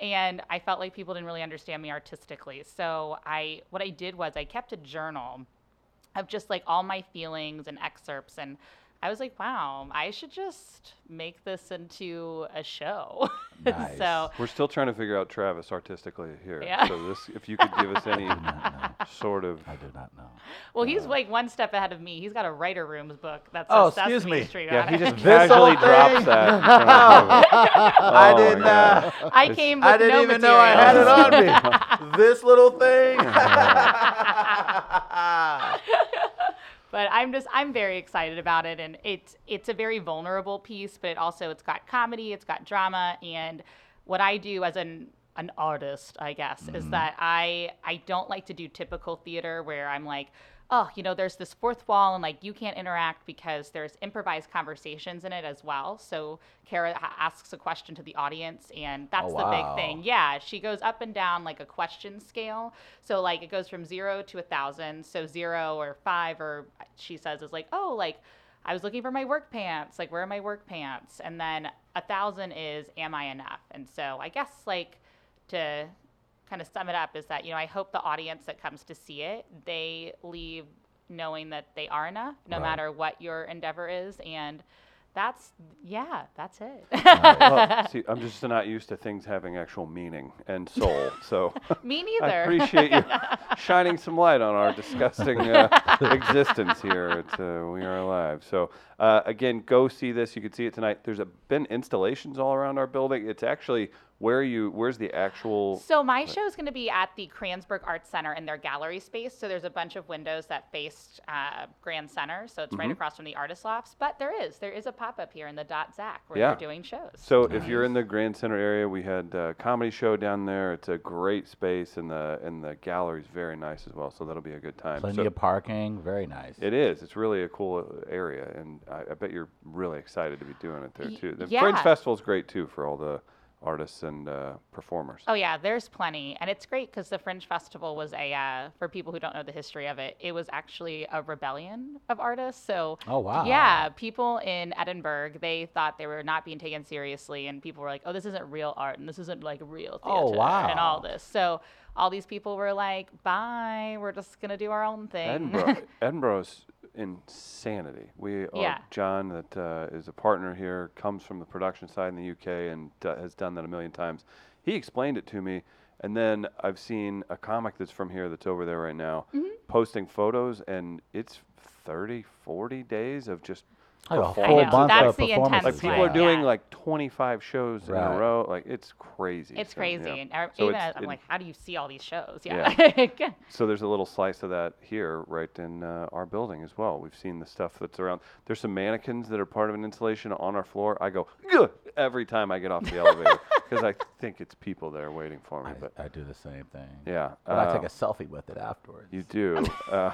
And I felt like people didn't really understand me artistically. So I, what I did was I kept a journal of just like all my feelings and excerpts. And I was like, wow, I should just make this into a show. Nice. so, We're still trying to figure out Travis artistically here. Yeah. So this, if you could give us any sort of. I do Uh, not know. well, he's like one step ahead of me. He's got a writer rooms book that's Oh, a Sesame excuse me. Street on Yeah, he it. just This casually whole drops thing? that. in front of everyone. I Oh my did God. not. I came with I didn't no even know I had it materials. on me. this little thing. but I'm just I'm very excited about it, and it's it's a very vulnerable piece, but it also it's got comedy, it's got drama, and what I do as an an artist, I guess, is Mm-hmm. that I I don't like to do typical theater where I'm like, oh, you know, there's this fourth wall and like you can't interact because there's improvised conversations in it as well. So Kara ha- asks a question to the audience, and that's Oh, the wow. big thing. Yeah, she goes up and down like a question scale. So like it goes from zero to a thousand. So zero or five or she says is like, oh, like I was looking for my work pants. Like where are my work pants? And then a thousand is am I enough? And so I guess like to kind of sum it up is that you know I hope the audience that comes to see it they leave knowing that they are enough no Right. matter what your endeavor is and That's yeah, that's it. Well, see, I'm just not used to things having actual meaning and soul. So Me I neither. appreciate you shining some light on our disgusting uh, existence here at uh, We Are Alive. So uh, again, go see this. You can see it tonight. There's a, been installations all around our building. It's actually where you. Where's the actual? So my show is going to be at the Kransberg Arts Center in their gallery space. So there's a bunch of windows that face uh, Grand Center, so it's right across from the artist lofts. But there is there is a pop up here in the dot Zach where Yeah. they're doing shows. So if you're in the Grand Center area, we had a comedy show down there. It's a great space, and the and the gallery's very nice as well. So that'll be a good time. Plenty So- of parking. Very nice. It is. It's really a cool area, and I, I bet you're really excited to be doing it there Y- too. The yeah. Fringe Festival is great too for all the artists and uh, performers. Oh yeah, there's plenty, and it's great because the Fringe Festival was a uh, for people who don't know the history of it. It was actually a rebellion of artists. So Oh, wow. yeah, people in Edinburgh they thought they were not being taken seriously, and people were like, "Oh, this isn't real art, and this isn't like real theater, Oh, and wow. all this." So all these people were like, "Bye, we're just gonna do our own thing." Edinburgh, Edinburgh's insanity. We are Yeah. John, that uh, is a partner here, comes from the production side in the UK and uh, has done that a million times. He explained it to me, and then I've seen a comic that's from here that's over there right now Mm-hmm. posting photos, and it's 30, 40 days of just Like a I full know. performances. month That's of the performances. like intense people way. are doing Yeah. like 25 shows in Right. a row like it's crazy it's So, yeah. crazy, and I- So even it's- I'm it- like, "How do you see all these shows?" Yeah. yeah. so there's a little slice of that here right in uh, our building as well we've seen the stuff that's around there's some mannequins that are part of an installation on our floor i go "Gah!" every time i get off the elevator because i think it's people there waiting for me but I do the same thing. yeah But I um, take a selfie with it afterwards. you do uh,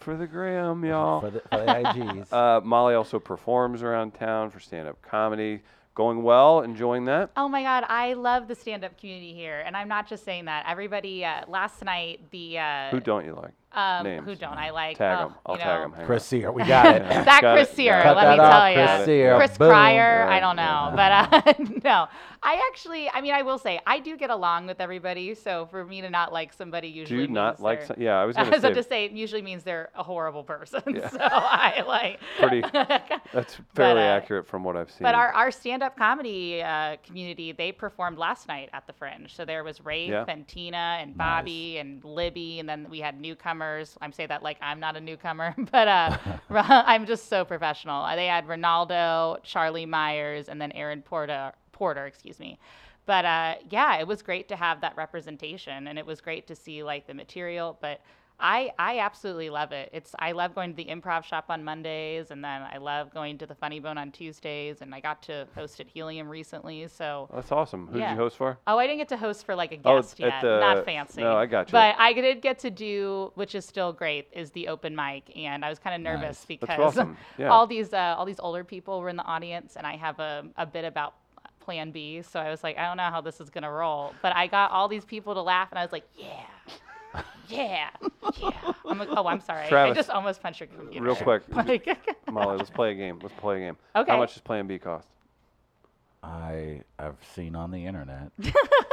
for the gram y'all for the, for the IGs. oh. uh, molly also performs around town for stand-up comedy going well enjoying that Oh my God, I love the stand-up community here, and I'm not just saying that. Everybody, uh, last night the uh, who don't you like um, names. who don't I like? Tag oh, them. I'll you tag know, them. Chris Sear, we got it. That Got Chris it. Sear, Got Cut it. let that me off, tell you. Chris Sear. Chris Boom. Cryer, I Right, don't know, but uh, no, I actually, I mean, I will say I do get along with everybody. So for me to not like somebody Do usually you not means like? they're- Some, yeah, I was I gonna was say about to say it usually means they're a horrible person. So I like pretty. That's fairly uh, accurate from what I've seen. But our, our stand up comedy uh, community, they performed last night at the Fringe. So there was Rafe Yeah. and Tina and Bobby and Libby, and then we had newcomers. I'm saying that like I'm not a newcomer, but uh, Ra- I'm just so professional. Uh, They had Ronaldo, Charlie Myers, and then Aaron Porter. Porter, excuse me. But uh, yeah, it was great to have that representation, and it was great to see like the material. But I I absolutely love it. It's I love going to the improv shop on Mondays, and then I love going to the Funny Bone on Tuesdays. And I got to host at Helium recently, so. Oh, that's awesome. Who did yeah. you host for? Oh, I didn't get to host for like a Oh, guest at yet. the- Not fancy. no, I got you. But I did get to do, which is still great, is the open mic, and I was kind of nervous because awesome. Yeah. all these uh, all these older people were in the audience, and I have a, a bit about Plan B, so I was like, I don't know how this is gonna roll, but I got all these people to laugh, and I was like, yeah. Yeah, yeah. I'm like, oh, I'm sorry. I Travis, just almost punched your computer. Real quick, Like, Molly, let's play a game. Let's play a game. How Okay. much does Plan B cost? I I've seen on the internet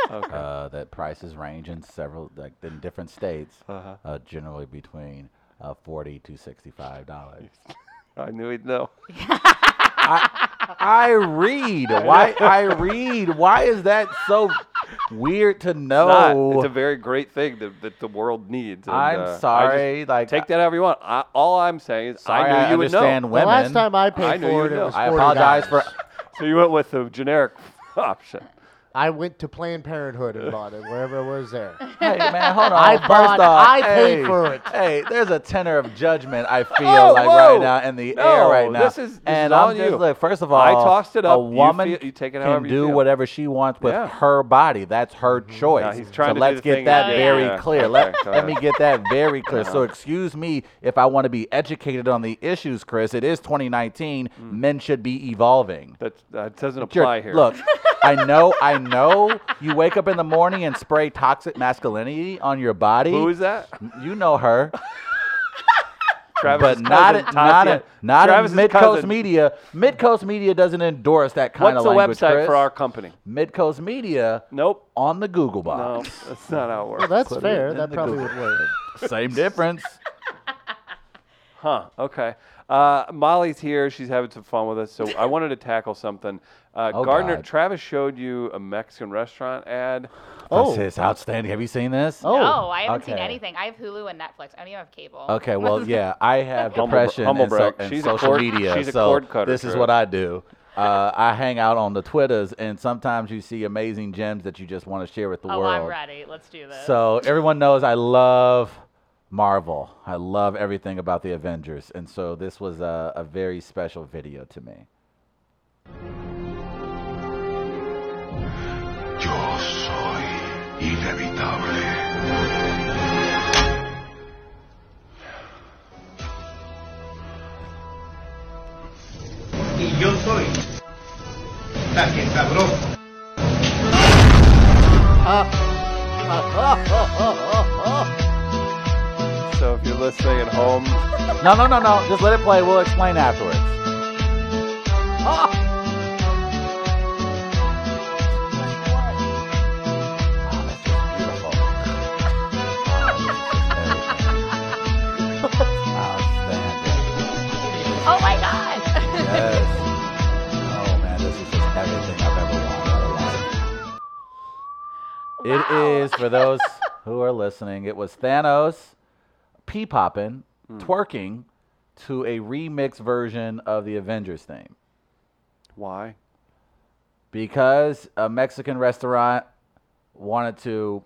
Okay. uh, that prices range in several like in different states, Uh-huh. uh, generally between uh, forty to sixty-five dollars. I knew he'd know. I read. Why I read. Why is that so weird to Not. It's a know? very great thing that, that the world needs. and, I'm uh, I just- sorry, like, take that however you want. I, all I'm saying is Sorry, I knew I you would understand know. The women. last time I paid I knew you for would it, it know. was I apologize for. $40. So you went with the generic option. I went to Planned Parenthood and bought it wherever it was there. Hey man, hold on. I First bought- off, I paid hey, for it. Hey, there's a tenor of judgment I feel Oh, like whoa. right now in the air No, right now. this is- this and is I'm on just you. like, first of all, I tossed it up. A You woman feel- you take it can however you do feel. whatever she wants with Yeah. Mm-hmm. her body. That's her choice. he's trying so to do let's the get thing that again. very Yeah. clear. Okay, let, go let me ahead. get that very clear. So excuse me if I want to be educated on the issues, Chris. It is 2019. Mm. Men should be evolving. That, that doesn't Sure, apply here. Look, I know, I know. You wake up in the morning and spray toxic masculinity on your body. Who is that? You know her, but Travis not in, not in, not in Travis's Midcoast cousin. Media. Midcoast Media doesn't endorse that kind What's of the language. website Chris. for our company? Midcoast Media Nope. on the Google No, box? that's not how it works. Well, that's Put it fair. in That the probably Google. would work. Same difference. Huh. Okay. Uh, Molly's here. She's having some fun with us. So I wanted to tackle something. Uh, Oh, Gardner, God. Travis showed you a Mexican restaurant ad. Oh. This is outstanding. Have you seen this? Oh, no, I haven't seen okay. anything. I have Hulu and Netflix. I don't even have cable. Okay, well, yeah, I have Humble bra- depression humble and, so- brag. and She's a social cord- media, she's a so cord cutter, this is Trev. what I do. Uh, I hang out on the Twitters, and sometimes you see amazing gems that you just want to share with the Oh, world. I'm ready. Let's do this. So everyone knows I love Marvel. I love everything about the Avengers, and so this was a, a very special video to me. Yo soy inevitable. Y yo soy. También cabrón. So if you're listening at home, No, no, no, no. Just let it play. We'll explain afterwards. Oh, oh my god. Oh, It is for those who are listening. It was Thanos pee popping, twerking to a remix version of the Avengers theme why? because a Mexican restaurant wanted to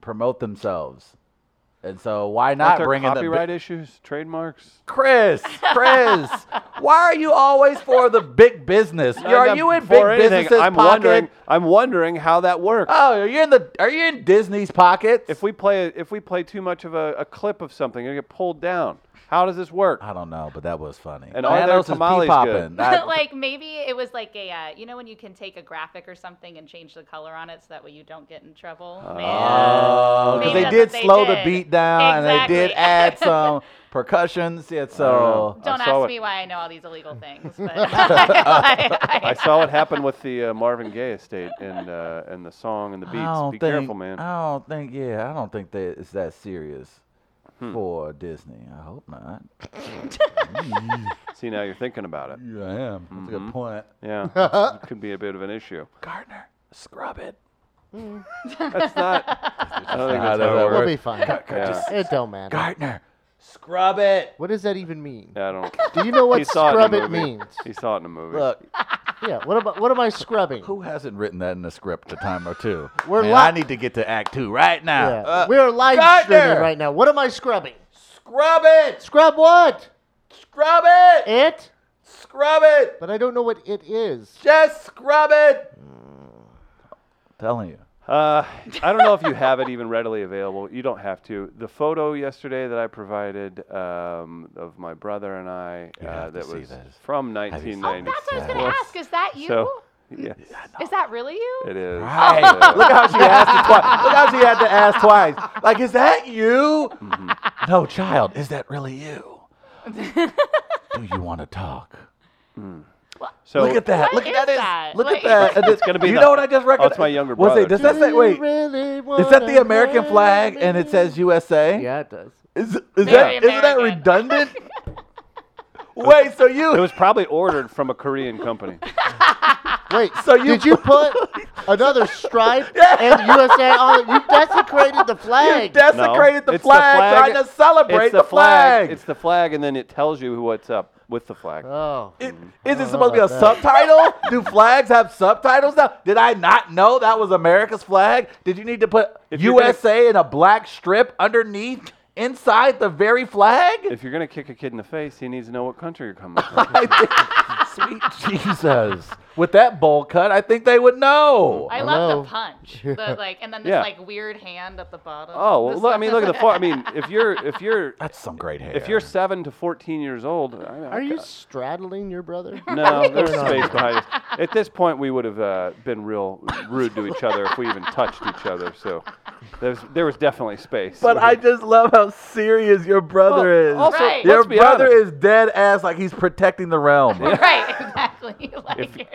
promote themselves. And so why Not not there bring in the bi- copyright issues, trademarks. Chris, Chris, why are you always for the big business? Are I'm you in big for anything. business's I'm pocket? wondering. I'm wondering how that works. Oh, are you in the are you in Disney's pockets? if we play, if we play too much of a, a clip of something, it'll get pulled down. How does this work? I don't know, but that was funny. And are there Thanos is tamales pee-popping. good? I- like maybe it was like a uh, you know when you can take a graphic or something and change the color on it so that way you don't get in trouble. Oh, Maybe because they that's did what they slow the did. beat down, and Exactly. they did add some percussions. Yeah, so Don't I saw ask it. me why I know all these illegal things, but I, I saw what happened with the uh, Marvin Gaye estate and uh, and the song and the beats. I don't Be think, careful, man. I don't think. Yeah, I don't think that it's that serious Hmm. for Disney. I hope not. See now you're thinking about it. Yeah, I am. That's Mm-hmm. a good point. Yeah, it could be a bit of an issue. Gardner, scrub it. That's not. I don't think Nah, that's how it that's- We'll be works. fine. Yeah. It don't matter. Gardner, scrub it. What does that even mean? Yeah, I don't. Do you know he what saw it, scrub in a it movie. means? He saw it in a movie. Look, Yeah. What about what am I scrubbing? who hasn't written that in a script a time or two? We're Man, li- I need to get to Act Two right now. Yeah. Uh, We're live streaming Gardner! right now. What am I scrubbing? Scrub it. Scrub what? Scrub it. It? Scrub it. But I don't know what it is. Just scrub it. telling you. Uh, I don't know if you have it even readily available. You don't have to. The photo yesterday that I provided um, of my brother and I You uh, have to that see was this. from Have you seen 1990. this? oh, that's what I was going to ask. Is that you? So, yes, is that really you? it is. Right. Look how she asked it twice. Look how she had to ask twice. Like, is that you? No, child, is that really you? Do you want to talk? So look at that. What look at is that. is- that? Look Like- at that. And It's gonna be You the- know what I just Oh, it's recognized? my younger Was it- brother, does that too. say? Wait. You really Is that the wanna American marry flag and it me? says USA? Yeah, it does. Is, is that Very isn't that American. redundant? Wait, so you It was probably ordered from a Korean company. Wait, So you did you put another stripe and USA on it? You desecrated the you flag. desecrated No, the, it's flag, trying to celebrate it's the flag. It's the flag, and then it tells you what's up with the flag. oh. It- Mm, Is it know supposed to be a about that. subtitle? Do flags have subtitles now? Did I not know that was America's flag? Did you need to put If you're gonna- USA in a black strip underneath inside the very flag? if you're gonna kick a kid in the face, he needs to know what country you're coming from. Sweet Jesus. With that bowl cut, I think they would know. I love Hello? the punch. The, like, and then this Yeah. like weird hand at the bottom. oh, well, This- look, I mean, look at the flag. I mean, if you're if you're That's some great hair. if you're seven to fourteen years old, I, I, Are you straddling your brother? No, there's No, no, space behind us. At this point, we would have uh, been real rude to each other if we even touched each other. So there's there was definitely space. but I just love how serious your brother Well, is. also, Right. Your let's be brother honest. is dead ass like he's protecting the realm. right, exactly. exactly.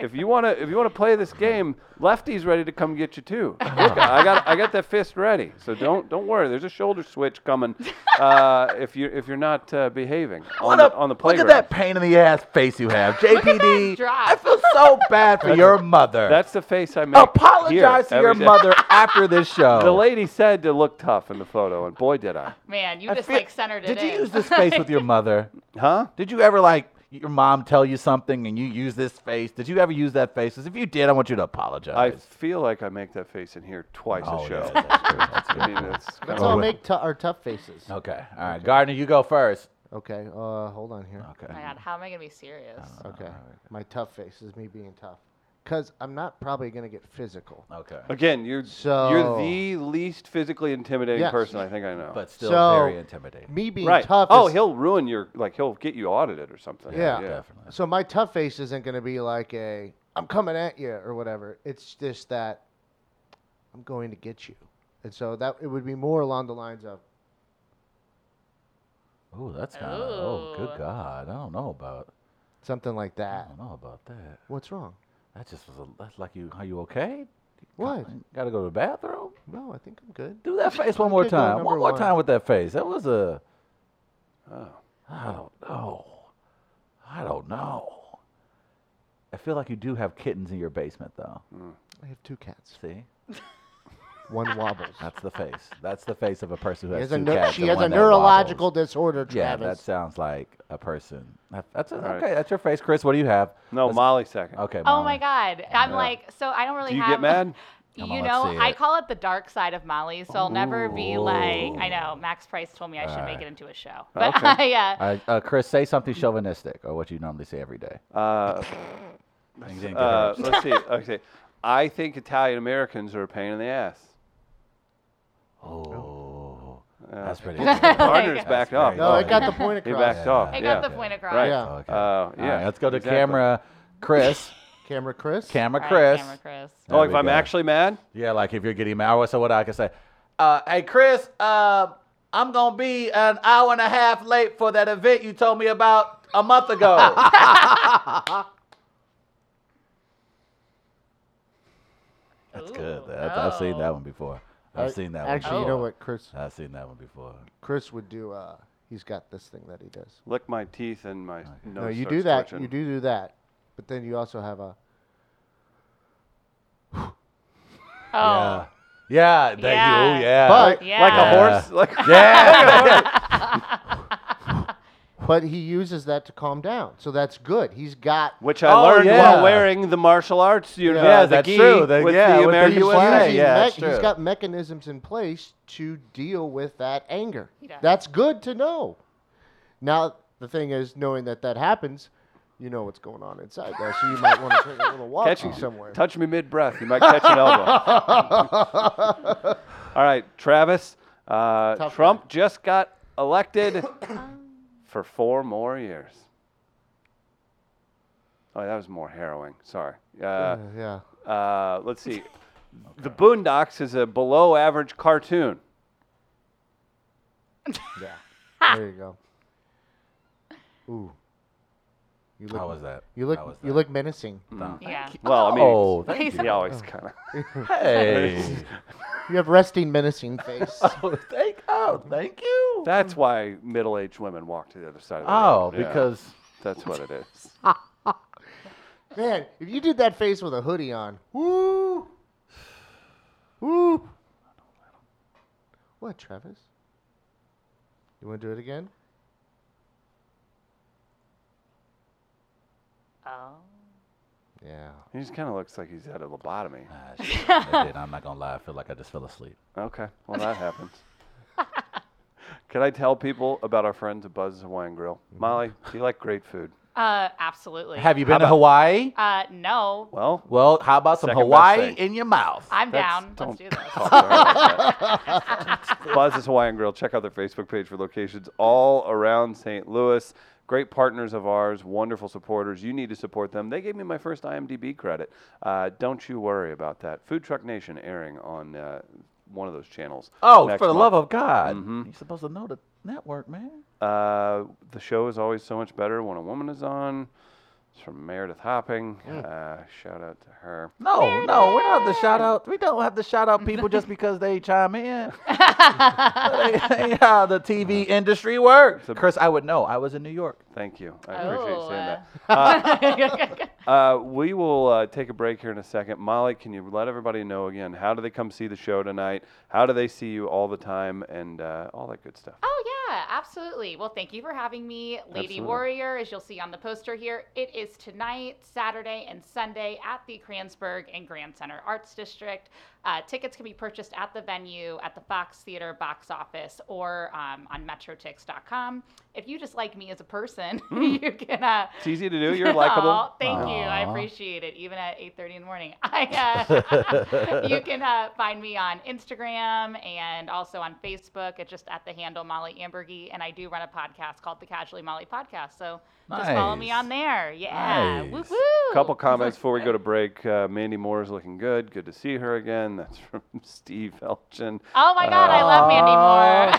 Like, If, if you want to if you want to play this game, Lefty's ready to come get you too. Look, I got I got that fist ready, so don't don't worry. There's a shoulder switch coming uh, if you if you're not uh, behaving on the, a- on the look playground. at that pain in the ass face you have, JPD. drop. I feel so bad for your mother. That's the face I make. here Apologize to every your day. mother after this show. The lady said to look tough in the photo, and boy did I. man, you I just feel- like centered it Did you in. use this face with your mother? Huh? Did you ever like your mom tell you something and you use this face? Did you ever use that face? 'Cause if you did, I want you to I apologize. Oh, feel like I make that face in here twice a show. yeah, that's true, that's true. I mean, it's kind Let's of- all make t- our tough faces. okay. All right, Gardner, you go first. Okay. Uh, hold on here. Okay. Oh my God, how am I gonna be serious? Okay. My tough face is me being tough. Because I'm not probably going to get physical. Okay. again, you're So- you're the least physically intimidating Yes. person I think I know. But still So- very intimidating. Me being right? tough oh, is, he'll ruin your like he'll get you audited or something. Yeah. Definitely. So my tough face isn't going to be like a I'm coming at you or whatever. It's just that I'm going to get you. And so that it would be more along the lines of Ooh, that's kind of. Oh, good Ooh. God. I don't know about. something like I that. don't know about that. What's wrong? That just was a. That's like you. Are you okay? What? Got to go to the bathroom. No, I think I'm good. Do that face one more Okay, go time. number One more one. time with that face. That was a. Oh. I don't know. I don't know. I feel like you do have kittens in your basement, though. I have two cats. See, One wobbles. that's the face. That's the face of a person who She has has two a, neu- cats. she and has a one that neurological wobbles. disorder, Yeah, Travis. that sounds like a person. That- That's a, right. okay. That's your face, Chris. What do you have? No, Let's- Molly second. Okay. Oh Molly. my God, I'm like, so I don't really Do you have. get mad? You Come on, let's know, see I it. call it the dark side of Molly, so I'll never be like. I know Max Price told me I should Alright. make it into a show, but Okay. I, uh, All right, uh, Chris, say something chauvinistic or what you normally say every day. Uh, And you didn't get uh, hers. let's see. Okay, I think Italian Americans are a pain in the ass. oh, Uh, that's pretty. good. Partners That's backed very up. no, I Oh, got yeah. the point He across. backed off. I yeah. got the point across. Right. Yeah. Okay. Uh, All yeah, right, let's go to exactly. camera, Chris. Camera Chris. Camera, Alright, Chris. Camera Chris. There oh, if we I'm go. actually mad, Yeah, like if you're getting mad, so what I can say? Uh, hey, Chris, uh, I'm gonna be an hour and a half late for that event you told me about a month ago. That's good. Ooh, That's, I've seen that oh. one before. I've I- seen that Actually, one. you before. know Oh. what Chris I've seen that one before. Chris would do? Uh, he's got this thing that he does. lick my teeth and my nose. No, you starts do that. twitching. You do do that, but then you also have a. Oh, Yeah. Yeah. That You, oh, Yeah. yeah. But yeah. like Yeah. a horse. Like yeah. but he uses that to calm down, so that's good. He's got Which I Oh, learned yeah. while wearing the martial arts uniform. Yeah, the that's gi true. The- with yeah, with the the American US. he's Yeah, flag. using yeah, mech- it's true. he's got mechanisms in place to deal with that anger. He does. That's good to know. Now the thing is, knowing that that happens, you know what's going on inside there, so you might want to take a little walk Catch you somewhere. Touch me mid breath. You might catch an elbow. All right, Travis. Uh, Tough Trump one. just got elected for four more years. Oh, that was more harrowing. Sorry. Uh, Uh, yeah. uh, let's see. The Boondocks is a below average cartoon. Yeah. there you go. Ooh. You look. How was that? You look. How was You that? look menacing. yeah. Well, I mean, Oh, thank he you. always kind of. Hey. You have resting menacing face. oh, thank, oh, thank you. That's why middle aged women walk to the other side of the Oh, road. Yeah, because That's what it is. Man, if you did that face with a hoodie on, woo, woo. What, Travis? You want to do it again? Oh. Yeah. He just kind of looks like he's had a lobotomy. Ah, shit, I did. I'm not gonna lie. I feel like I just fell asleep. Okay, well that happens. Can I tell people about our friends at Buzz's Hawaiian Grill? Molly, do you like great food? Uh, absolutely. Have you been to Hawaii? Uh, no. Well, Well, how about some Second best Hawaii thing. in your mouth? I'm that's- down. don't Let's do this. talk to her like that. Buzz's Hawaiian Grill. Check out their Facebook page for locations all around St. Louis. Great partners of ours, wonderful supporters. You need to support them. They gave me my first IMDb credit. Uh, don't you worry about that. Food Truck Nation airing on uh, one of those channels. oh, next for the month. Mm-hmm. love of God! You're supposed to know the network, man. Uh, the show is always so much better when a woman is on. It's from Meredith Hopping. Uh, shout out to her. No, no, we don't have to shout out. We don't have to shout out people just because they chime in. that ain't how the TV Uh-huh. industry works. Chris, I would know. I was in New York. Thank you. I appreciate you Oh, saying that. uh, Uh, we will uh, take a break here in a second. Molly, can you let everybody know again? How do they come see the show tonight? How do they see you all the time and uh, all that good stuff? Oh yeah, absolutely. Well, thank you for having me, Lady Absolutely. Warrior. As you'll see on the poster here, it is tonight, Saturday, and Sunday at the Kransberg and Grand Center Arts District. Uh, tickets can be purchased at the venue, at the Fox Theater box office, or um, on MetroTix.com. If you just like me as a person, you can. Uh, It's easy to do. You're likable. Aw, thank you. I Aw. appreciate it. Even at 8:30 in the morning, I uh, you can uh, find me on Instagram and also on Facebook. It's just at the handle Molly Ambergy, and I do run a podcast called the Casually Molly Podcast. So just follow me Nice. on there. Yeah, Nice. woo couple comments before we go to break. Uh, Mandy Moore is looking good. Good to see her again. That's from Steve Elchin. Oh my God, I love Mandy Moore.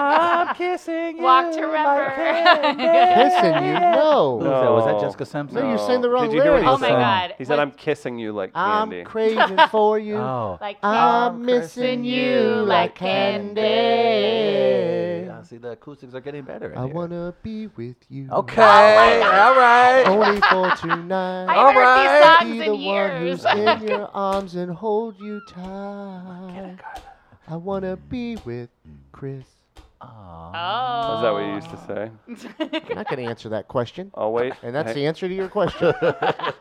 I'm Oh, kissing you. Walk like to remember. candy. Kissing you? No. Who was that? Was that No. Jessica Simpson? No, you sang the wrong Did you hear what he lyrics. oh my said? God. He said, What- "I'm kissing you like I'm candy." craving for you. Oh. like I'm cursing missing you like candy. I see the acoustics are getting better. in I here. wanna be with you. Oh Okay. all right. Only for tonight. I haven't Alright. heard be these the songs in one who's years. in your arms and hold you tight. I wanna be with Chris. Aw. oh, Is that what you used to say? I'm not gonna answer that question. Oh wait, And that's Hey, the answer to your question.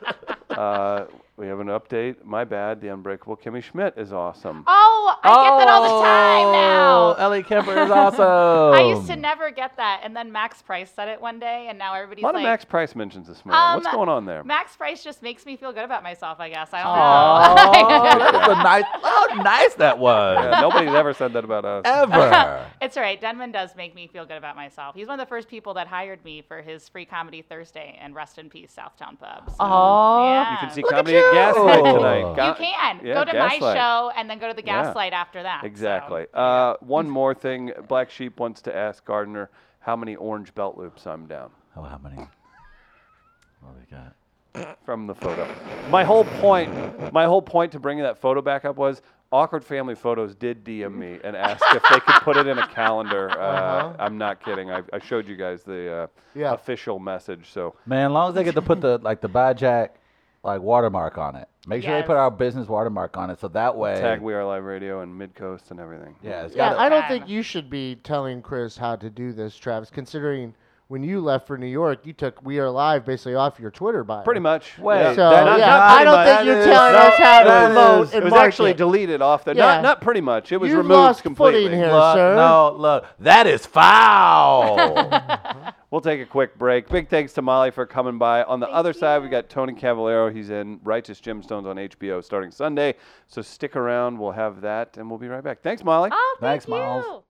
Uh, we have an update. My bad. The Unbreakable Kimmy Schmidt is awesome. Oh, I get that all the time now. Oh, Ellie Kemper is awesome. Oh, I used to never get that, and then Max Price said it one day, and now everybody's a lot like, of Max Price mentions this morning. What's Um, going on there? Max Price just makes me feel good about myself, I guess. I Oh, don't that know. was a nice. How nice that was. Yeah, nobody's ever said that about us. Ever. it's all right. Denman does make me feel good about myself. He's one of the first people that hired me for his free comedy Thursday and rest in peace, Southtown Pub. So, Aw. yeah. You can see Look at comedy at, you. Gaslight Oh. tonight. You You Ga- can yeah, go to my Gaslight. show and then go to the Yeah. Gaslight after that. so- Exactly. Uh, one more thing. Black Sheep wants to ask Gardner how many orange belt loops I'm down Oh, how many? What we got? from the photo. My whole point, my whole point to bringing that photo back up was awkward family photos did DM me and asked if they could put it in a calendar. Uh, Uh-huh. I'm not kidding. I, I showed you guys the uh, Yeah. official message. So Man, as long as they get to put the like the BiJack like watermark on it. Make sure they put Yes. our business watermark on it, so that way. tag We Are Live Radio and Mid Coast and everything. yeah, it's yeah, got. I to don't Um, think you should be telling Chris how to do this, Travis, considering when you left for New York, you took We Are Live basically off your Twitter bio. Pretty much. Wait, yeah. So, That- yeah, not I pretty don't much. think you're That telling is- us that how to promote is- It and was market. actually deleted off the. Yeah. Not, not pretty much. It was You've removed lost footing completely. here. Look, sir. No, look, that is foul. We'll take a quick break. Big thanks to Molly for coming by. On the other side, we you. got Tony Cavallero. He's in Righteous Gemstones on HBO starting Sunday. So stick around. We'll have that, and we'll be right back. Thanks, Molly. Oh, thank Thanks, you. Miles.